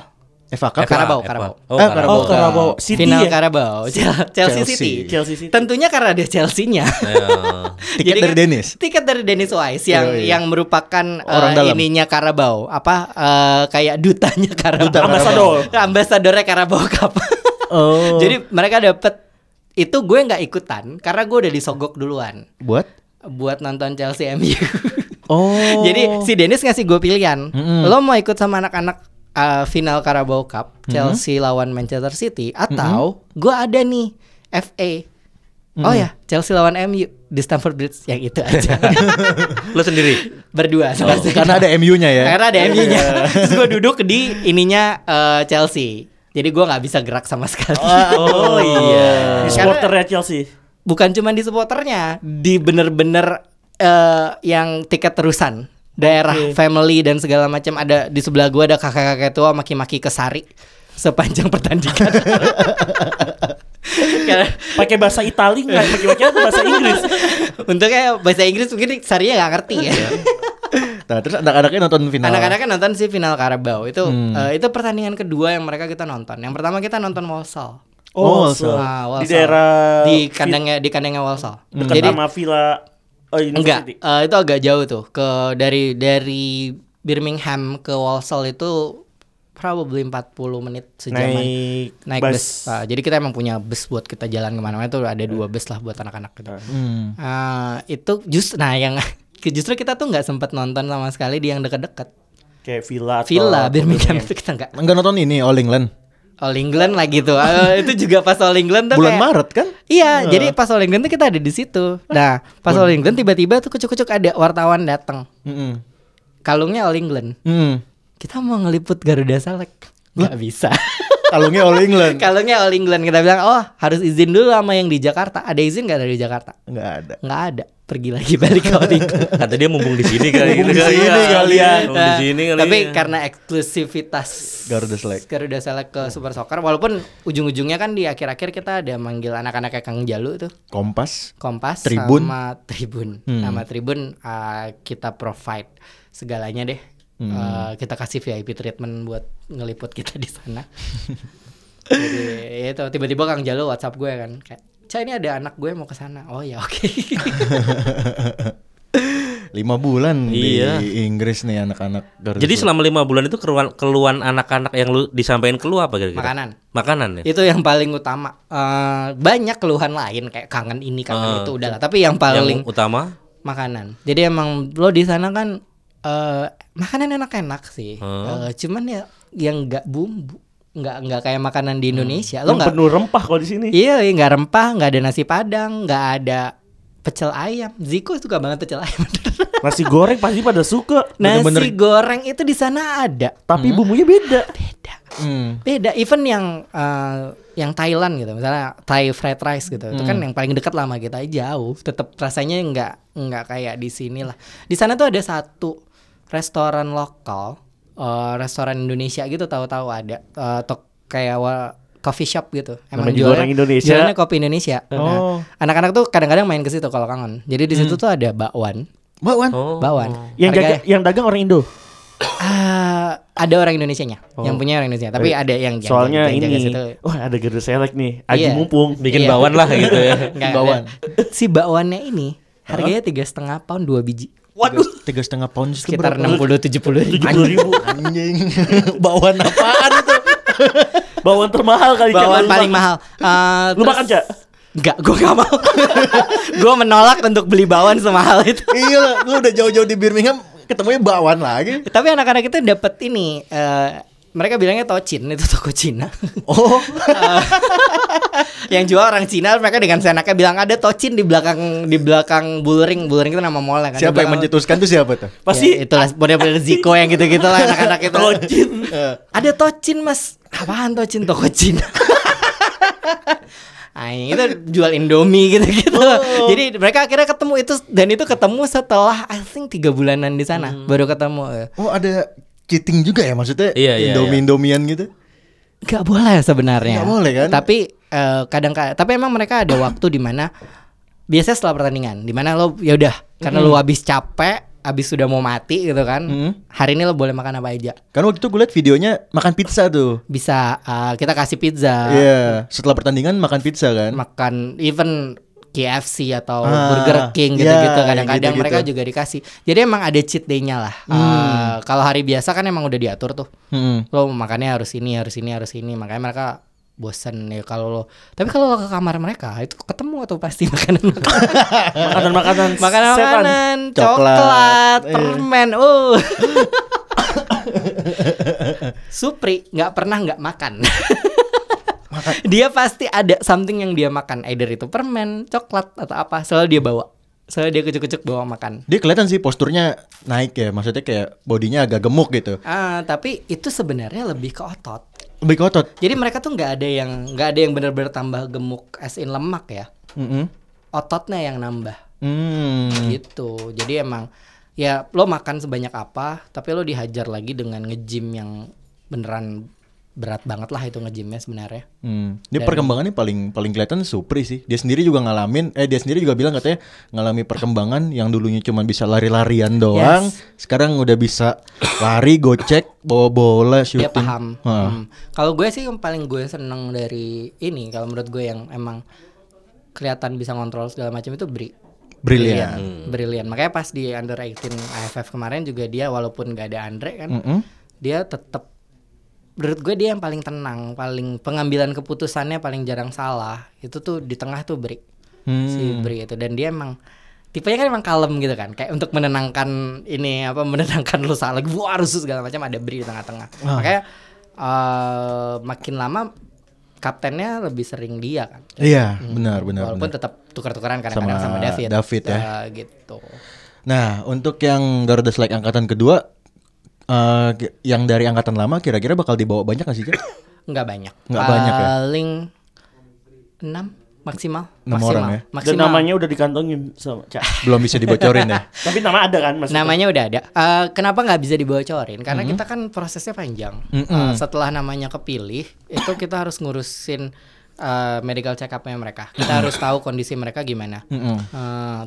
Eva Cup.
Eh, Karabau,
Eva.
Karabau.
Oh,
Eh,
Karabau.
Oh, Karabau City
final
ya.
Karabau Chelsea,
Chelsea. Nah,
City.
Chelsea City.
tentunya karena dia Chelsea-nya
Ayo.
Tiket
Jadi
dari
kan-
Dennis.
tiket dari Dennis Wise yang
Yoi.
yang merupakan
Orang
eh,
dalam.
ininya Karabau apa eh, kayak dutanya Karabau
Duta
Ambasador.
ambasadornya Karabau Cup
Oh.
jadi mereka dapet itu gue nggak ikutan karena gue udah disogok duluan
buat
buat nonton Chelsea MU
Oh.
Jadi si Dennis ngasih gue pilihan.
Mm-mm.
Lo mau ikut sama anak-anak uh, final Carabao Cup Chelsea lawan Manchester City atau gue ada nih FA. Oh ya, Chelsea lawan MU di Stamford Bridge yang itu aja.
Lo sendiri.
Berdua sama saya.
karena ada MU-nya ya.
Karena ada MU-nya. Terus gue duduk di ininya uh, Chelsea. Jadi gue nggak bisa gerak sama sekali.
Oh iya.
Di
Karena-
supporternya Chelsea.
Bukan cuma di supporternya, di bener-bener eh, yang tiket terusan daerah family dan segala macam ada di sebelah gua ada kakak-kakak tua maki-maki kesari sepanjang pertandingan. Karena-
Pakai bahasa Itali enggak? Pakai apa bahasa Inggris?
Untungnya bahasa Inggris mungkin sarinya nggak ngerti ya.
Iya.
Nah, terus anak-anaknya nonton final.
Anak-anak kan nonton sih final Karabau itu
Hmm.
eh, itu pertandingan kedua yang mereka kita nonton. Yang pertama kita nonton Wolsal.
Oh,
so.
Ah,
di
Walsall.
daerah Hmm.
di kandangnya di kandangnya Wolsal.
dekat sama Villa oh,
Enggak,
University.
eh, itu agak jauh tuh ke dari dari Birmingham ke Walsall itu probably 40 menit sejaman
Naik,
naik bus. Ah, jadi kita emang punya bus buat kita jalan kemana-mana itu ada dua bus lah buat anak-anak gitu.
Hmm.
Ah, itu just nah yang justru kita tuh nggak sempat nonton sama sekali di yang dekat-dekat.
Kayak Villa atau
Villa Birmingham
Birmingham.
itu kita nggak.
Enggak nonton ini All England.
All England lagi tuh. Ah, itu juga pas All England tuh
Bulan
kayak-
Maret kan?
Iya, jadi pas All England tuh kita ada di situ. Nah, pas All England tiba-tiba tuh kucuk-kucuk ada wartawan datang.
Heeh.
kalungnya All England.
Hmm.
Kita mau ngeliput Garuda Select. Nggak bisa.
Kalungnya All England.
kalungnya All England kita bilang, "Oh, harus izin dulu sama yang di Jakarta." Ada izin nggak dari Jakarta?
Enggak ada.
Nggak ada. Pergi lagi balik ke All England. Nah,
Kata dia mumpung di sini kali
Mumpung
gitu
di
kali
sini kali ya.
Mumpung di sini kali.
Tapi
ya.
karena eksklusivitas
Garuda Select.
Garuda Select ke Super Soccer walaupun ujung-ujungnya kan di akhir-akhir kita ada manggil anak-anak kayak Kang Jalu tuh.
Kompas.
Kompas
Tribun.
sama Tribun. Sama Tribun uh, kita provide segalanya deh. Uh, kita kasih VIP treatment buat ngeliput kita di sana. Jadi ya itu tiba-tiba Kang Jalo WhatsApp gue kan kayak, "Cah ini ada anak gue mau ke sana." Oh ya oke.
Lima bulan
Iya.
di Inggris nih anak-anak Garuda.
Jadi
Select.
selama lima bulan itu keluhan keluhan anak-anak yang lu disampaikan ke lu apa kira-kira?
Makanan. Iya,
Makanan ya.
itu yang paling utama. Uh, banyak keluhan lain kayak kangen ini,
Ah.
kangen itu udahlah, tapi yang paling
Yang utama
makanan. Jadi emang lo di sana kan eh makanan enak-enak sih. Eh, cuman ya yang nggak bumbu, nggak nggak kayak makanan di Indonesia. Lo
Yang
nggak
penuh rempah kalau di sini.
Iya, iya, nggak rempah, nggak ada nasi padang, nggak ada pecel ayam. Ziko suka banget pecel ayam.
Nasi goreng pasti pada suka.
nasi Hmm.
Bener-bener-
goreng itu di sana ada.
Tapi bumbunya beda.
Beda.
Hmm.
Beda even yang eh, yang Thailand gitu, misalnya Thai fried rice gitu. Itu
Hmm.
kan yang paling dekat lama kita jauh, tetap rasanya nggak nggak kayak di sini lah. Di sana tuh ada satu restoran lokal, eh, restoran Indonesia gitu tahu-tahu ada eh, tok kayak wa- coffee shop gitu.
Namanya juga orang Indonesia.
jualannya kopi Indonesia. Nah,
Oh.
anak-anak tuh kadang-kadang main ke situ kalau kangen. Jadi di situ tuh ada bakwan,
Mbak Wan.
Oh.
bakwan.
Hmm. Yang
Harga-
dagang yang dagang orang Indo.
Ah, ada orang Indonesianya, yang punya orang Indonesia. Tapi ada yang yang-
Oh. Soalnya
yang jaga
ini,
situ.
wah ada Garuda Select nih, Aji
Iya.
mumpung.
Bikin
Iya.
bawan lah gitu ya.
Nggak,
Bakwan.
ada. Si bakwannya ini harganya tiga setengah pound dua biji.
Waduh. Tiga setengah pound itu berapa?
Sekitar enam puluh tujuh puluh ribu.
ribu anjing. Bawaan apaan tuh?
Bawaan termahal kali Cak.
Bakwan
Lu
paling
makan-
mahal. Ah,
Lu
terus-
makan Cak?
Enggak, gue gak mau. gue menolak untuk beli bawang semahal itu.
iya lah, lu udah jauh-jauh di Birmingham ketemunya bakwan lagi.
Tapi anak-anak itu dapat ini. eh, mereka bilangnya tocin itu toko Cina. Eh,
Oh,
yang jual orang Cina mereka dengan senaknya bilang ada tocin di belakang di belakang Bullring. Bullring itu nama mallnya kan.
siapa yang
mencetus?
mencetuskan tuh siapa tuh?
Pasti
ya, itulah model-model Ziko yang gitu-gitu lah anak-anak itu. Eh.
Tocin.
Ada tocin mas. Apaan tocin toko Cina? Aing itu jual Indomie gitu-gitu. Jadi mereka akhirnya ketemu itu dan itu ketemu setelah I think tiga bulanan di sana baru ketemu. eh,
Oh, ada cheating juga ya maksudnya?
Iya, iya,
Indomie Indomian gitu.
Gak boleh sebenarnya.
Nggak boleh kan?
Tapi eh, kadang kadang tapi emang mereka ada waktu di mana biasanya setelah pertandingan di mana lo ya udah karena lo habis capek, habis sudah mau mati gitu kan. Hari ini lo boleh makan apa aja.
Kan waktu itu gue liat videonya makan pizza tuh.
Bisa eh, kita kasih pizza,
Ah.
Iya, setelah pertandingan makan pizza kan?
makan even KFC atau
Ah,
Burger King gitu-gitu
ya,
kadang-kadang
gitu-gitu.
mereka juga dikasih. Jadi emang ada cheat day-nya lah. Eh, kalau hari biasa kan emang udah diatur tuh.
Hmm.
lo makannya harus ini harus ini harus ini makanya mereka bosen ya kalau lo tapi kalau lo ke kamar mereka itu ketemu atau pasti makanan
Makanan-makanan
makanan
setan.
makanan
Coklat.
coklat
Iya.
permen uh Supri nggak pernah nggak makan dia pasti ada something yang dia makan either itu permen coklat atau apa selalu dia bawa selalu dia kucuk-kucuk bawa makan
Dia kelihatan sih posturnya naik ya, maksudnya kayak bodinya agak gemuk gitu.
ah tapi itu sebenarnya lebih ke otot
Lebih ke otot.
Jadi mereka tuh nggak ada yang nggak ada yang benar-benar tambah gemuk as in lemak ya.
Mm-mm.
Ototnya yang nambah
Hmm.
gitu. Jadi emang ya lo makan sebanyak apa, tapi lo dihajar lagi dengan nge-gym yang beneran berat banget lah itu nge-gymnya sebenarnya.
Hmm. Dia perkembangannya paling paling kelihatan Supri sih. Dia sendiri juga ngalamin, eh dia sendiri juga bilang katanya ngalami perkembangan yang dulunya cuma bisa lari-larian doang, sekarang udah bisa lari, gocek, bawa bola, shooting.
Dia paham.
Heeh.
Hmm. Kalau gue sih yang paling gue seneng dari ini kalau menurut gue yang emang kelihatan bisa ngontrol segala macam itu Bri.
Brilian.
Brilian. Makanya pas di under 18 AFF kemarin juga dia walaupun nggak ada Andre kan,
Mm-mm.
dia tetap menurut gue dia yang paling tenang, paling pengambilan keputusannya paling jarang salah. Itu tuh di tengah tuh Bri. Si
Hmm.
Bri itu dan dia emang tipenya kan emang kalem gitu kan. Kayak untuk menenangkan ini apa menenangkan lu salah, gua rusuh segala macam ada Bri di tengah-tengah.
Ah.
Makanya eh, makin lama kaptennya lebih sering dia kan.
Iya, benar benar.
Walaupun
benar.
tetap tukar-tukaran kadang-kadang
Sama
sama, David.
David ya.
Eh, gitu.
Nah, untuk yang Garuda Select angkatan kedua eh, ki- yang dari angkatan lama kira-kira bakal dibawa banyak gak sih, Cak?
Nggak banyak.
Nggak banyak ya?
Paling 6 maksimal.
Enam
maksimal.
orang ya?
Dan
Maksimal. namanya
namanya udah dikantongin sama Cak.
Belum bisa dibocorin ya.
Tapi nama ada kan maksudnya?
udah ada. Eh, kenapa nggak bisa dibocorin? Karena kita kan prosesnya panjang. Eh, setelah namanya kepilih, itu kita harus ngurusin eh, medical check up-nya mereka. Kita harus tahu kondisi mereka gimana. Eh,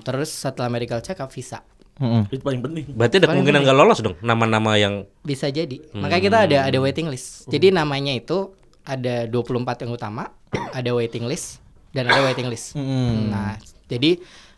terus setelah medical check up visa.
Mm-mm.
Itu paling penting.
Berarti ada kemungkinan nggak lolos dong nama-nama yang
Bisa jadi.
Hmm.
Makanya kita ada ada waiting list. Jadi namanya itu ada 24 yang utama, ada waiting list dan ada waiting list.
Hmm.
Nah, jadi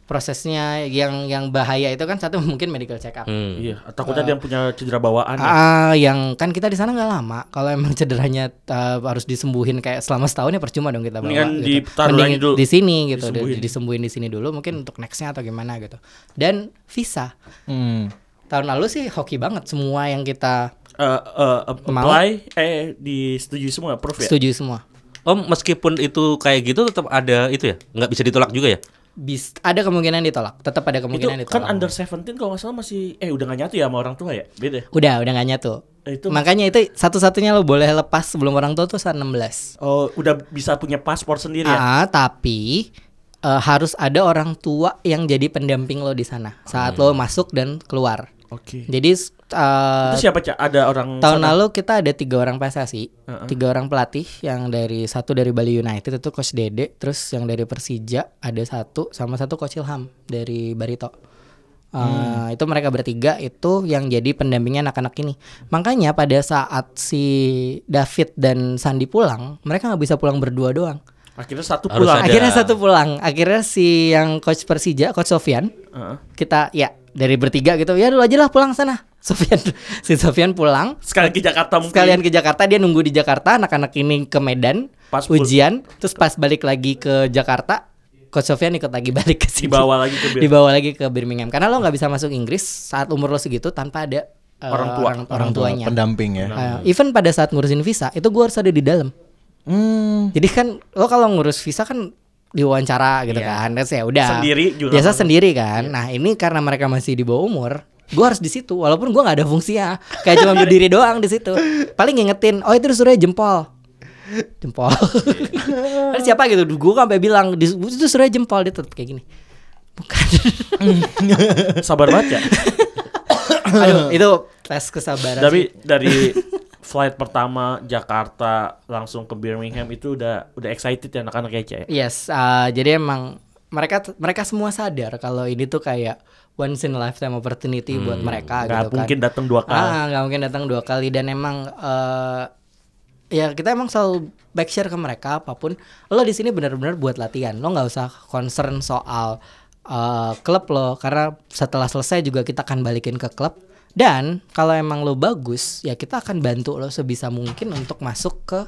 prosesnya yang yang bahaya itu kan satu mungkin medical check up.
hmm.
Iya, takutnya dia yang punya cedera bawaan. ya.
Eh. Ah, yang kan kita di sana nggak lama. Kalau emang cederanya uh, harus disembuhin kayak selama setahun ya percuma dong kita bawa.
Mendingan
gitu.
ditaruh
Mending
lagi dulu.
di sini gitu, di-
Disembuhin.
disembuhin. di sini dulu mungkin untuk nextnya atau gimana gitu. Dan visa
Hmm.
tahun lalu sih hoki banget semua yang kita
Eh, eh,
Mau?
apply eh disetujui semua approve ya.
setuju semua.
Oh meskipun itu kayak gitu tetap ada itu ya nggak bisa ditolak juga ya
Bis, ada kemungkinan ditolak, tetap ada
Itu
kemungkinan
kan
ditolak.
under 17 kalau nggak salah masih eh udah gak nyatu ya sama orang tua ya? Beda. ya?
Udah, udah gak nyatu.
Eh, Itu
Makanya itu satu-satunya lo boleh lepas sebelum orang tua tuh saat 16.
oh, udah bisa punya paspor sendiri ya.
Ah, tapi
Hmm.
eh, harus ada orang tua yang jadi pendamping lo di sana saat lo masuk dan keluar.
Oke.
Jadi s- uh,
Itu siapa cak? Ada orang
tahun
sana?
lalu kita ada tiga orang PSSI, tiga orang pelatih yang dari satu dari Bali United itu coach Dede, terus yang dari Persija ada satu sama satu coach Ilham dari Barito. Uh, Itu mereka bertiga itu yang jadi pendampingnya anak-anak ini. Makanya pada saat si David dan Sandi pulang, mereka nggak bisa pulang berdua doang.
Akhirnya satu
Harus
pulang.
ada.
Akhirnya satu pulang. Akhirnya si yang coach Persija, coach Sofian,
Heeh.
kita ya dari bertiga gitu, ya lu aja lah pulang sana. Sofian, si Sofian pulang,
Sekali ke Jakarta mungkin.
sekalian ke Jakarta dia nunggu di Jakarta anak-anak ini ke Medan
Pas pul-
ujian terus pas balik lagi ke Jakarta Coach Sofyan ikut lagi balik ke sini
Dibawa lagi ke Bir-
dibawa lagi ke Birmingham karena lo nggak bisa masuk Inggris saat umur lo segitu tanpa ada eh,
Orang tua.
orang, orang
tua,
tuanya
pendamping ya.
Eh, even pada saat ngurusin visa itu gue harus ada di dalam
Hmm.
jadi kan lo kalau ngurus visa kan diwawancara gitu kan terus ya udah
Iya. Sendiri juga
biasa
kan.
sendiri kan nah ini karena mereka masih di bawah umur gue harus di situ walaupun gue nggak ada fungsinya kayak cuma berdiri doang di situ paling ngingetin oh itu disuruhnya jempol jempol
Iya.
Kan siapa gitu gue sampai bilang "Dis- itu disuruhnya jempol dia tetap kayak gini bukan
Sabar banget ya.
aduh itu tes kesabaran
Tapi
sih.
dari flight pertama Jakarta langsung ke Birmingham itu udah udah excited ya anak-anak ya Cak ya.
Yes, uh, jadi emang mereka mereka semua sadar kalau ini tuh kayak once in a lifetime opportunity buat
Hmm,
mereka
Nggak
gitu kan.
mungkin datang dua kali.
Ah, nggak mungkin datang dua kali dan emang eh, ya kita emang selalu back share ke mereka apapun. Lo di sini benar-benar buat latihan. Lo nggak usah concern soal eh, klub lo karena setelah selesai juga kita akan balikin ke klub. Dan kalau emang lo bagus, ya kita akan bantu lo sebisa mungkin untuk masuk ke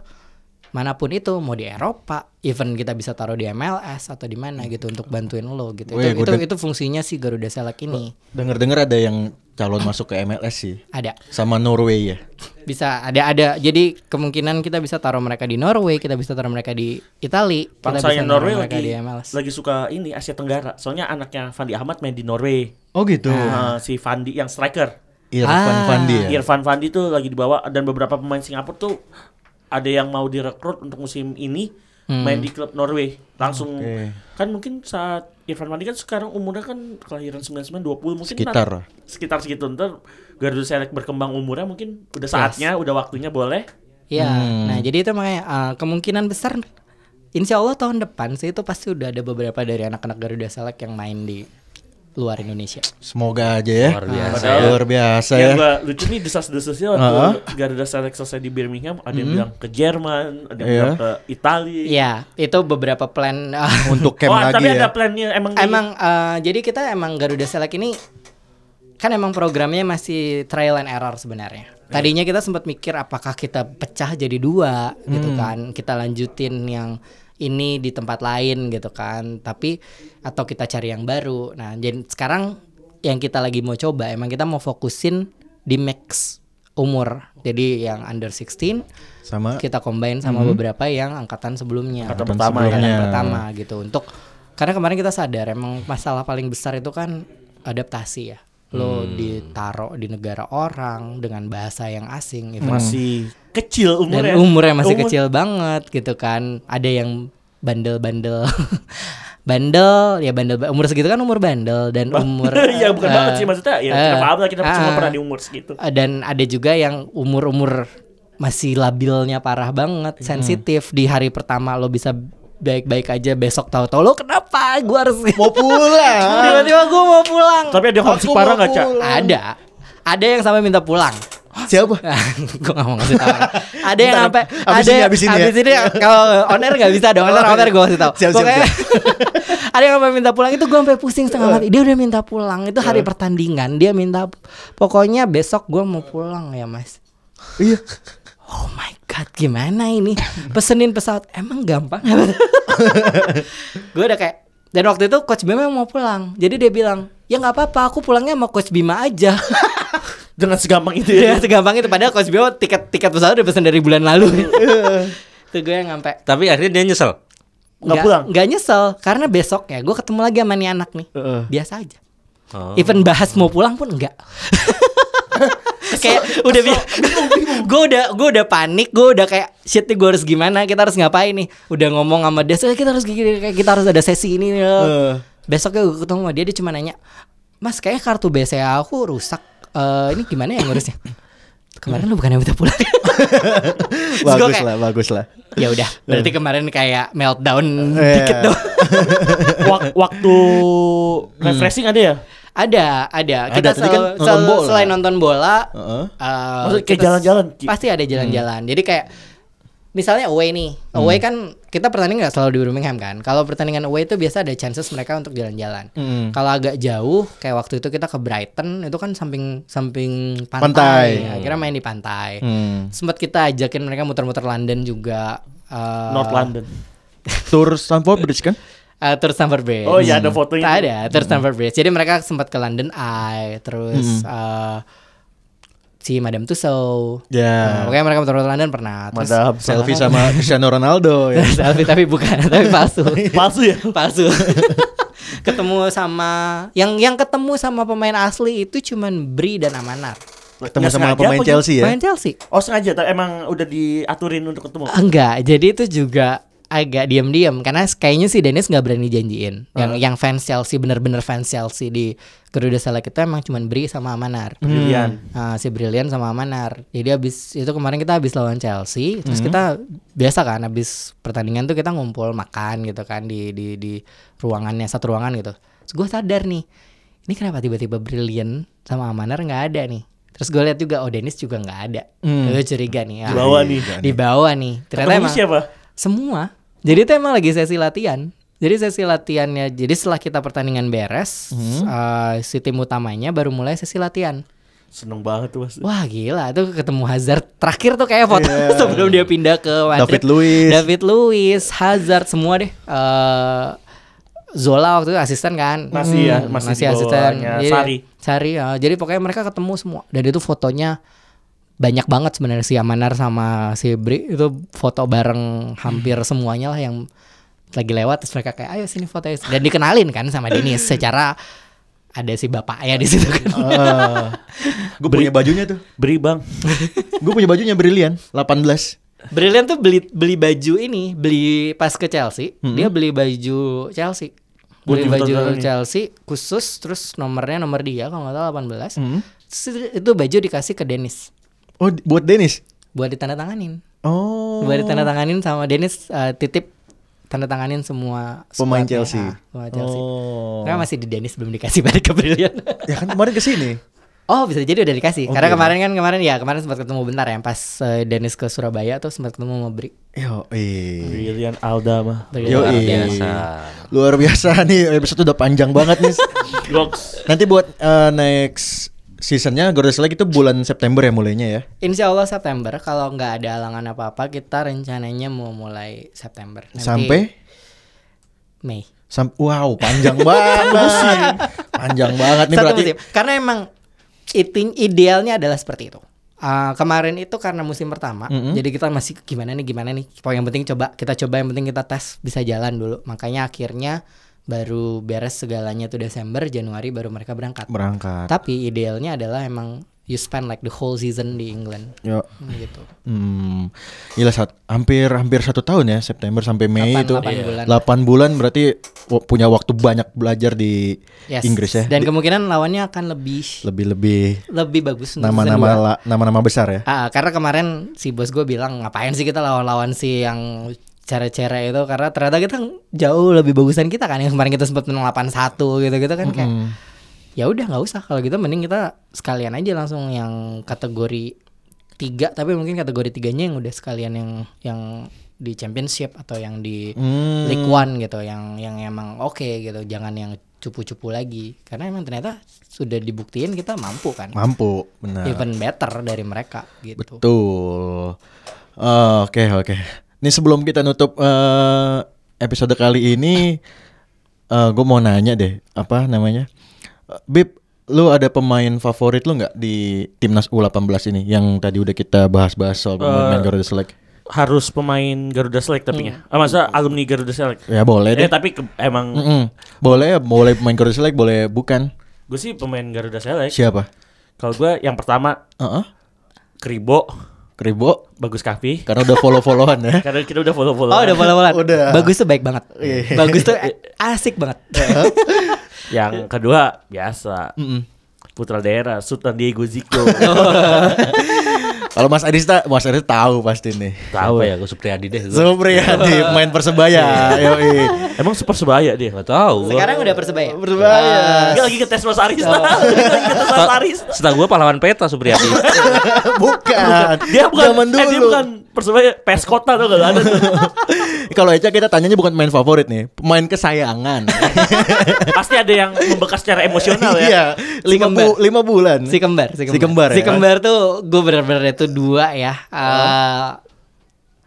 manapun itu, mau di Eropa, even kita bisa taruh di MLS atau di mana gitu untuk bantuin lo gitu.
Weh,
itu,
gua
itu,
deng-
itu fungsinya si Garuda Select ini
Dengar-dengar ada yang calon masuk ke MLS sih
ada.
sama Norway ya.
bisa ada ada jadi kemungkinan kita bisa taruh mereka di Norwei kita bisa taruh mereka di Itali kita
Pangsanya
bisa taruh
ya, Norway
mereka
lagi
di MLS
lagi suka ini Asia Tenggara. Soalnya anaknya Fandi Ahmad main di Norway.
Oh gitu.
Nah, si Fandi yang striker.
Irfan
Ah.
Fandi ya.
Irfan Fandi tuh lagi dibawa dan beberapa pemain Singapura tuh ada yang mau direkrut untuk musim ini
Hmm.
main di klub Norway. Langsung
Oke.
kan mungkin saat Irfan Fandi kan sekarang umurnya kan kelahiran 99 20 mungkin
Sekitar.
nat- sekitar segitu ntar Garuda Select berkembang umurnya mungkin udah saatnya, udah waktunya boleh.
Iya, nah jadi itu makanya uh, kemungkinan besar Insya Allah tahun depan sih itu pasti udah ada beberapa dari anak-anak Garuda Select yang main di luar Indonesia.
Semoga aja ya.
Luar biasa
ya.
Luar biasa
yang
ya.
gua lucu nih desas-desusnya waktu
Heeh.
Garuda Select selesai di Birmingham, ada yang bilang ke Jerman, ada yang
Iya.
bilang ke Italia.
Iya, itu beberapa plan uh,
Untuk camp
oh,
lagi
tapi
ya.
ada plannya emang, di-
Emang eh, jadi kita emang Garuda Select ini kan emang programnya masih trial and error sebenarnya. Tadinya kita sempat mikir apakah kita pecah jadi dua gitu kan. Kita lanjutin yang ini di tempat lain gitu kan. Tapi atau kita cari yang baru. Nah, jadi sekarang yang kita lagi mau coba emang kita mau fokusin di mix umur. Jadi yang under 16
Sama
kita combine sama beberapa yang angkatan sebelumnya
Angkatan
Ah. Angkatan
pertama ya.
yang
sebelumnya.
pertama gitu untuk karena kemarin kita sadar emang masalah paling besar itu kan adaptasi ya lo ditaruh di negara orang dengan bahasa yang asing gitu.
masih kecil
dan
umurnya.
umurnya masih
Umur-
kecil banget gitu kan ada yang bandel-bandel bandel ya bandel umur segitu kan umur bandel dan umur
ya bukan banget sih
eh,
maksudnya ya
eh,
kita paham lah kita cuma
ah.
pernah di umur segitu
Uh, dan ada juga yang umur-umur masih labilnya parah banget, sensitif di hari pertama lo bisa baik-baik aja besok tahu-tahu lo kenapa gua harus
mau pulang.
tiba-tiba gua mau pulang.
tapi ada yang homesick
Aku
parah
mau
nggak cak
pulang.
Ada. Ada yang sampai minta pulang.
Siapa?
gua gak mau ngasih tahu. ada yang
Bentar,
sampai
abis
ada
ini, abis ini ya? Oh, iya.
abis ini kalau on air gak bisa dong. On air, on air gua kasih tahu.
Siap, siap,
Pokoknya ada yang sampai minta pulang itu gua sampai pusing
Eh.
setengah mati. Dia udah minta pulang. Itu hari pertandingan dia minta pokoknya besok gua mau pulang ya, Mas.
Iya.
Oh my god, gimana ini? Pesenin pesawat emang gampang? gue udah kayak dan waktu itu coach Bima mau pulang. Jadi dia bilang, "Ya nggak apa-apa, aku pulangnya sama coach Bima aja."
dengan segampang itu
ya
ya
segampang itu padahal coach Bima tiket tiket pesawat udah pesen dari bulan lalu. Itu gue yang sampai
Tapi akhirnya dia nyesel.
nggak pulang
Nggak nyesel karena besok ya gue ketemu lagi sama nih anak nih. Biasa aja.
Oh.
Even bahas mau pulang pun enggak. kayak udah bi- gue udah gue udah panik gue udah kayak shit nih gue harus gimana kita harus ngapain nih udah ngomong sama dia "Eh, kita harus gini kayak kita harus ada sesi ini nih."
Eh.
besoknya gue ketemu sama dia dia cuma nanya mas kayak kartu BCA aku rusak eh, ini gimana ya ngurusnya? Kemarin lu bukan yang minta pulang. Terus gua
bagus
kayak,
lah, bagus lah.
Ya udah, berarti kemarin kayak meltdown
Eh.
dikit dong.
Wak- waktu refreshing ada ya?
Ada, ada.
Ada,
Kita
tadi
selalu,
kan nonton
selalu-
bola.
selain nonton bola,
Heeh. Hmm.
eh,
Maksudnya kayak
kita s-
jalan-jalan, Ki?
Pasti ada jalan-jalan. Jadi kayak misalnya away nih. Away kan kita pertandingan nggak selalu di Birmingham kan. Kalau pertandingan away itu biasa ada chances mereka untuk jalan-jalan.
Mm.
Kalau agak jauh kayak waktu itu kita ke Brighton itu kan samping samping pantai. Nah,
Pantai.
Akhirnya main di pantai.
Hmm.
Sempat kita ajakin mereka muter-muter London juga. eh,
North London.
Tour Stamford Bridge kan?
eh, tour Stamford Bridge.
Oh iya ada fotonya.
Tak ada, terus Stamford Bridge. Jadi mereka sempat ke London Eye, terus eh, si Madame Tussauds.
Iya.
Ya.
Nah,
Hmm,
pokoknya mereka muter London pernah. Terus
Madam
Selfie sama Cristiano Ronaldo ya.
selfie tapi bukan, tapi palsu.
palsu ya?
palsu. ketemu sama yang yang ketemu sama pemain asli itu cuman Bri dan Amanat.
Ketemu
Nggak
sama
sengaja
pemain
apa
Chelsea ya.
Pemain Chelsea.
Oh sengaja tapi emang udah diaturin untuk ketemu.
Enggak, jadi itu juga agak diam-diam karena kayaknya si Dennis nggak berani janjiin.
Ah.
Yang yang fans Chelsea bener-bener fans Chelsea di Garuda Select itu emang cuman Bri sama Amanar.
Hmm. Brilian.
Ah, si Brilian sama Manar. Jadi abis itu kemarin kita habis lawan Chelsea, terus
Hmm.
kita biasa kan habis pertandingan tuh kita ngumpul makan gitu kan di di di ruangannya satu ruangan gitu. Terus gue sadar nih, ini kenapa tiba-tiba Brilian sama Manar nggak ada nih? Terus gue lihat juga, oh Dennis juga nggak ada. Gue curiga
Hmm.
nih. ah,
Di bawah nih.
Di bawah nih. Ternyata
Ketemu
emang
siapa?
semua. Jadi itu emang lagi sesi latihan. Jadi sesi latihannya, jadi setelah kita pertandingan beres,
Hmm.
eh, si tim utamanya baru mulai sesi latihan.
Seneng banget tuh pasti.
Wah gila tuh ketemu Hazard terakhir tuh kayak foto
Iya.
sebelum dia pindah ke Madrid.
David Luiz.
David Luiz, Hazard semua deh. Eh, Zola waktu itu asisten kan.
Masih ya, masih di
asisten.
bawahnya
Jadi-
Sarri.
Sarri, ya. Jadi pokoknya mereka ketemu semua. Dan itu fotonya banyak banget sebenarnya si Amanar sama si Bri itu foto bareng hampir semuanya lah yang lagi lewat terus mereka kayak ayo sini foto ayo sini." dan dikenalin kan sama Denis secara ada si bapaknya di situ kan.
Gue punya bajunya tuh.
Beri bang.
Gue punya bajunya Brilian 18.
Brilian tuh beli beli baju ini, beli pas ke Chelsea,
Hmm.
dia beli baju Chelsea. Beli
Baju
baju
betul-betul ini.
Chelsea khusus terus nomornya nomor dia kalau nggak salah 18.
Hmm.
Terus itu- itu baju dikasih ke Dennis
Oh, di- buat Dennis.
buat ditandatanganin.
Oh.
Buat ditandatanganin sama Dennis eh, titip tandatanganin semua
Pemain
squadnya.
Chelsea.
Ah, pemain Chelsea.
Oh.
Karena masih di Dennis belum dikasih balik ke Brilian.
Ya kan kemarin ke sini.
Oh bisa jadi udah dikasih.
Oh,
Karena
iya.
kemarin kan kemarin ya kemarin sempat ketemu bentar ya pas eh, Dennis ke Surabaya tuh sempat ketemu sama Bri.
Yo, eh.
Brilian Alda mah.
Yo,
Iya,
Luar
eh.
biasa.
Luar biasa nih episode udah panjang banget nih.
Goks.
Nanti buat eh, next seasonnya Garuda Select itu bulan September ya mulainya ya.
Insya Allah September kalau nggak ada halangan apa-apa kita rencananya mau mulai September Nanti
Sampai
Mei
sam- wow panjang banget. panjang banget nih
Satu
berarti.
musim. karena emang itin idealnya adalah seperti itu Ah, kemarin itu karena musim pertama jadi kita masih gimana nih gimana nih pokoknya yang penting coba kita coba yang penting kita tes bisa jalan dulu makanya akhirnya baru beres segalanya tuh Desember Januari baru mereka berangkat
Berangkat.
tapi idealnya adalah emang you spend like the whole season di England
Yo.
gitu
Hmm, gila sat- hampir hampir satu tahun ya September sampai Mei
Delapan-
itu
delapan bulan.
Delapan bulan berarti wa- punya waktu banyak belajar di
Yes.
Inggris ya
dan kemungkinan lawannya akan lebih
lebih lebih
lebih bagus untuk season
nama-nama
dua.
la- nama-nama besar ya
Ah, karena kemarin si bos gue bilang ngapain sih kita lawan-lawan si yang cere-cere itu karena ternyata kita jauh lebih bagusan kita kan yang kemarin kita sempat menang 8-1 gitu-gitu kan kayak ya udah nggak usah kalau gitu mending kita sekalian aja langsung yang kategori tiga tapi mungkin kategori tiganya yang udah sekalian yang yang di championship atau yang di
Hmm.
League One gitu yang yang emang oke gitu jangan yang cupu-cupu lagi karena emang ternyata sudah dibuktiin kita mampu kan
mampu benar
even better dari mereka gitu.
betul Oh, oke oke ini sebelum kita nutup eh, episode kali ini gue mau nanya deh apa namanya Eh, Bib lu ada pemain favorit lu nggak di timnas U18 ini yang tadi udah kita bahas-bahas soal pemain Garuda Select
Harus pemain Garuda Select tapi ya. Ah, masa alumni Garuda Select.
Ya Hmm. boleh deh.
Eh tapi ke- emang
Mm-mm. Boleh, boleh pemain Garuda Select, boleh bukan.
gue sih pemain Garuda Select.
Siapa?
Kalau gue yang pertama
Heeh.
Kribo,
Kribo
bagus Kavi.
karena udah follow-followan ya.
Karena kita udah follow-follow. kan.
Oh udah bola bola.
Udah. Iya.
Bagus tuh baik banget. Bagus tuh asik banget.
Yang kedua biasa.
Mm-mm.
putra daerah Sultan Diego Zico.
Kalau Mas Adista, Mas Adista tahu pasti nih.
Tahu
Apa
ya.
ya gue Supriyadi deh gue.
Supriyadi main
Iya.
persebaya, yoi.
Emang super sebaya dia.
Gak tau gue.
Sekarang udah
Iya.
persebaya.
Persebaya.
Dia lagi ke tes Mas Aris lah. Dia lagi ke tes Mas Aris.
Setahu gue pahlawan peta Supriyadi.
Ah, bukan.
Dia bukan
Zaman
eh, dia
dulu.
bukan persebaya pes kota tuh gak ada tuh.
Kalau Eca kita tanyanya bukan pemain favorit nih, pemain kesayangan.
Pasti ada yang membekas secara emosional ya.
Iya, lima,
Kembar.
bu- lima bulan.
Si kembar, si kembar.
kembar ya?
Si kembar tuh gue bener-bener itu dua ya. Eh,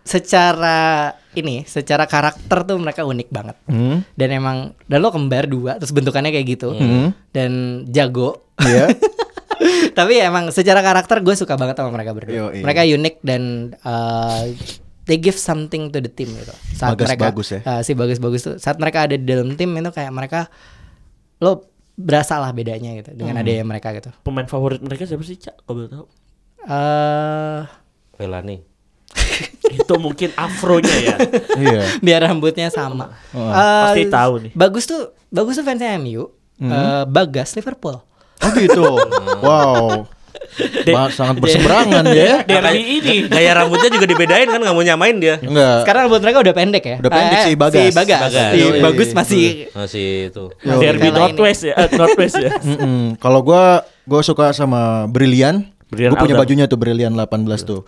secara ini, secara karakter tuh mereka unik banget.
Hmm.
Dan emang dan lo kembar dua terus bentukannya kayak gitu.
Hmm.
Dan jago.
Iya.
Tapi emang secara karakter gue suka banget sama mereka berdua.
Yoi.
Mereka unik dan eh, they give something to the team gitu. Saat
Bagas
mereka
bagus ya.
eh, si bagus-bagus tuh saat mereka ada di dalam tim itu kayak mereka lo berasa lah bedanya gitu
Hmm.
dengan adanya mereka gitu.
Pemain favorit mereka siapa sih, Cak? Kau belum tahu.
eh
Velani.
Itu mungkin afronya ya.
Iya.
biar rambutnya sama.
Oh,
Eh,
pasti tahu nih.
Bagus tuh, bagus tuh fansnya MU.
Hmm.
Eh, Bagas Liverpool.
Oh gitu. wow. Ba- sangat berseberangan ya.
Dari ini.
Gaya rambutnya juga dibedain kan nggak mau nyamain dia.
Enggak.
Sekarang rambut mereka udah pendek ya.
Uh, Udah pendek
Eh,
si Bagas.
Si Bagas.
Bagas.
Si
Yoi.
Bagus masih
Masih itu.
Yoi.
Derby
Kalau ini.
Northwest ya, eh, Northwest ya.
Mm-mm. Kalau gua gua suka sama Brilian.
Brilian
Gue punya
Alder.
bajunya tuh Brilian 18 tuh.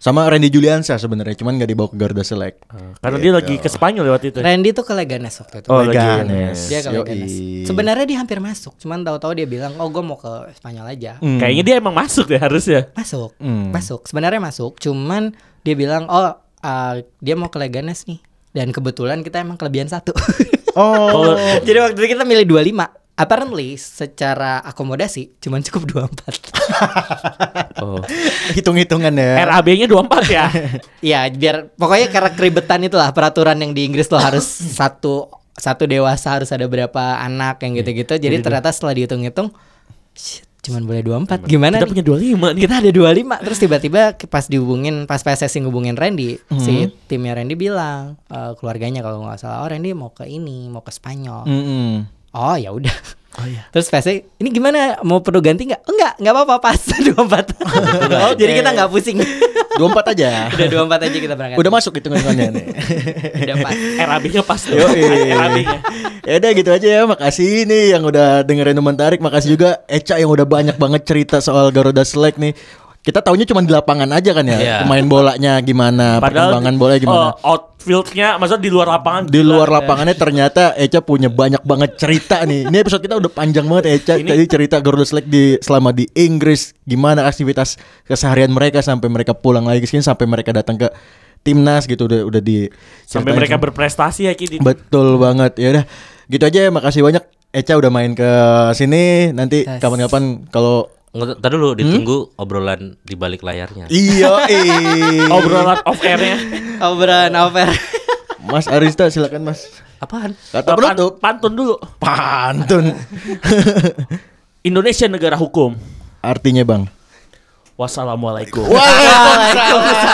Sama Randy Juliansa sebenarnya, cuman gak dibawa ke Garuda Select.
Karena dia lagi
Gitu.
ke Spanyol lewat itu.
Nah,
Randy tuh ke Leganes waktu itu.
Oh,
Leganes.
Dia ke
Yoi.
Leganes. Sebenarnya dia hampir masuk, cuman tahu-tahu dia bilang, "Oh, gue mau ke Spanyol aja."
Mm.
Kayaknya dia emang masuk deh harusnya.
Masuk.
Hmm.
Masuk. Sebenarnya masuk, cuman dia bilang, "Oh, eh, dia mau ke Leganes nih." Dan kebetulan kita emang kelebihan satu.
Oh,
Jadi waktu itu kita milih 25 Apparently secara akomodasi cuman cukup 24
hitung-hitungan ya.
RAB-nya 24 ya.
Ya biar pokoknya karena keribetan itulah peraturan yang di Inggris tuh harus satu satu dewasa harus ada berapa anak yang gitu-gitu
Iya.
Jadi ternyata setelah dihitung-hitung shit, cuman boleh 24 Gimana
Kita
nih?
punya 25 nih.
Kita ada 25 Terus tiba-tiba ke- pas dihubungin Pas PSSI ngubungin Randy Si timnya Randy bilang eh, Keluarganya kalau nggak salah Oh Randy mau ke ini Mau ke Spanyol
Hmm. Mm-mm.
Oh ya udah. Terus pasti ini gimana mau perlu ganti nggak? Oh, Enggak, enggak apa-apa pas 24. Jadi kita nggak pusing.
24 aja.
Udah 24 aja kita berangkat.
Udah masuk hitungannya nih.
Udah pas.
RAB-nya pas tuh.
Yoi.
RAB-nya.
ya udah gitu aja ya. Makasih nih yang udah dengerin Teman Tarik. Makasih juga Eca yang udah banyak banget cerita soal Garuda Select nih. Kita taunya cuma di lapangan aja kan ya.
Iya.
Pemain bolanya gimana, perkembangan bola gimana.
eh, outfield-nya maksudnya di luar lapangan.
di luar lapangannya ternyata Eca punya banyak banget cerita nih. Ini episode kita udah panjang banget Eca. Tadi cerita Garuda Select di selama di Inggris gimana aktivitas keseharian mereka sampai mereka pulang lagi ke sini sampai mereka datang ke timnas gitu udah udah di ceritain
sampai mereka
semua.
berprestasi ya Ki.
Betul banget. Ya udah, gitu aja. Makasih banyak Eca udah main ke sini. Nanti
Yes.
kapan-kapan kalau
Nggak, Ntar
Hmm?
dulu ditunggu obrolan di balik layarnya.
Iya,
Obrolan off air-nya.
Obrolan over.
Mas Arista silakan Mas.
Apaan?
Kata
Pan-
penutup.
pantun dulu.
Pantun.
Indonesia negara hukum.
Artinya Bang.
Wassalamualaikum.
Waalaikumsalam.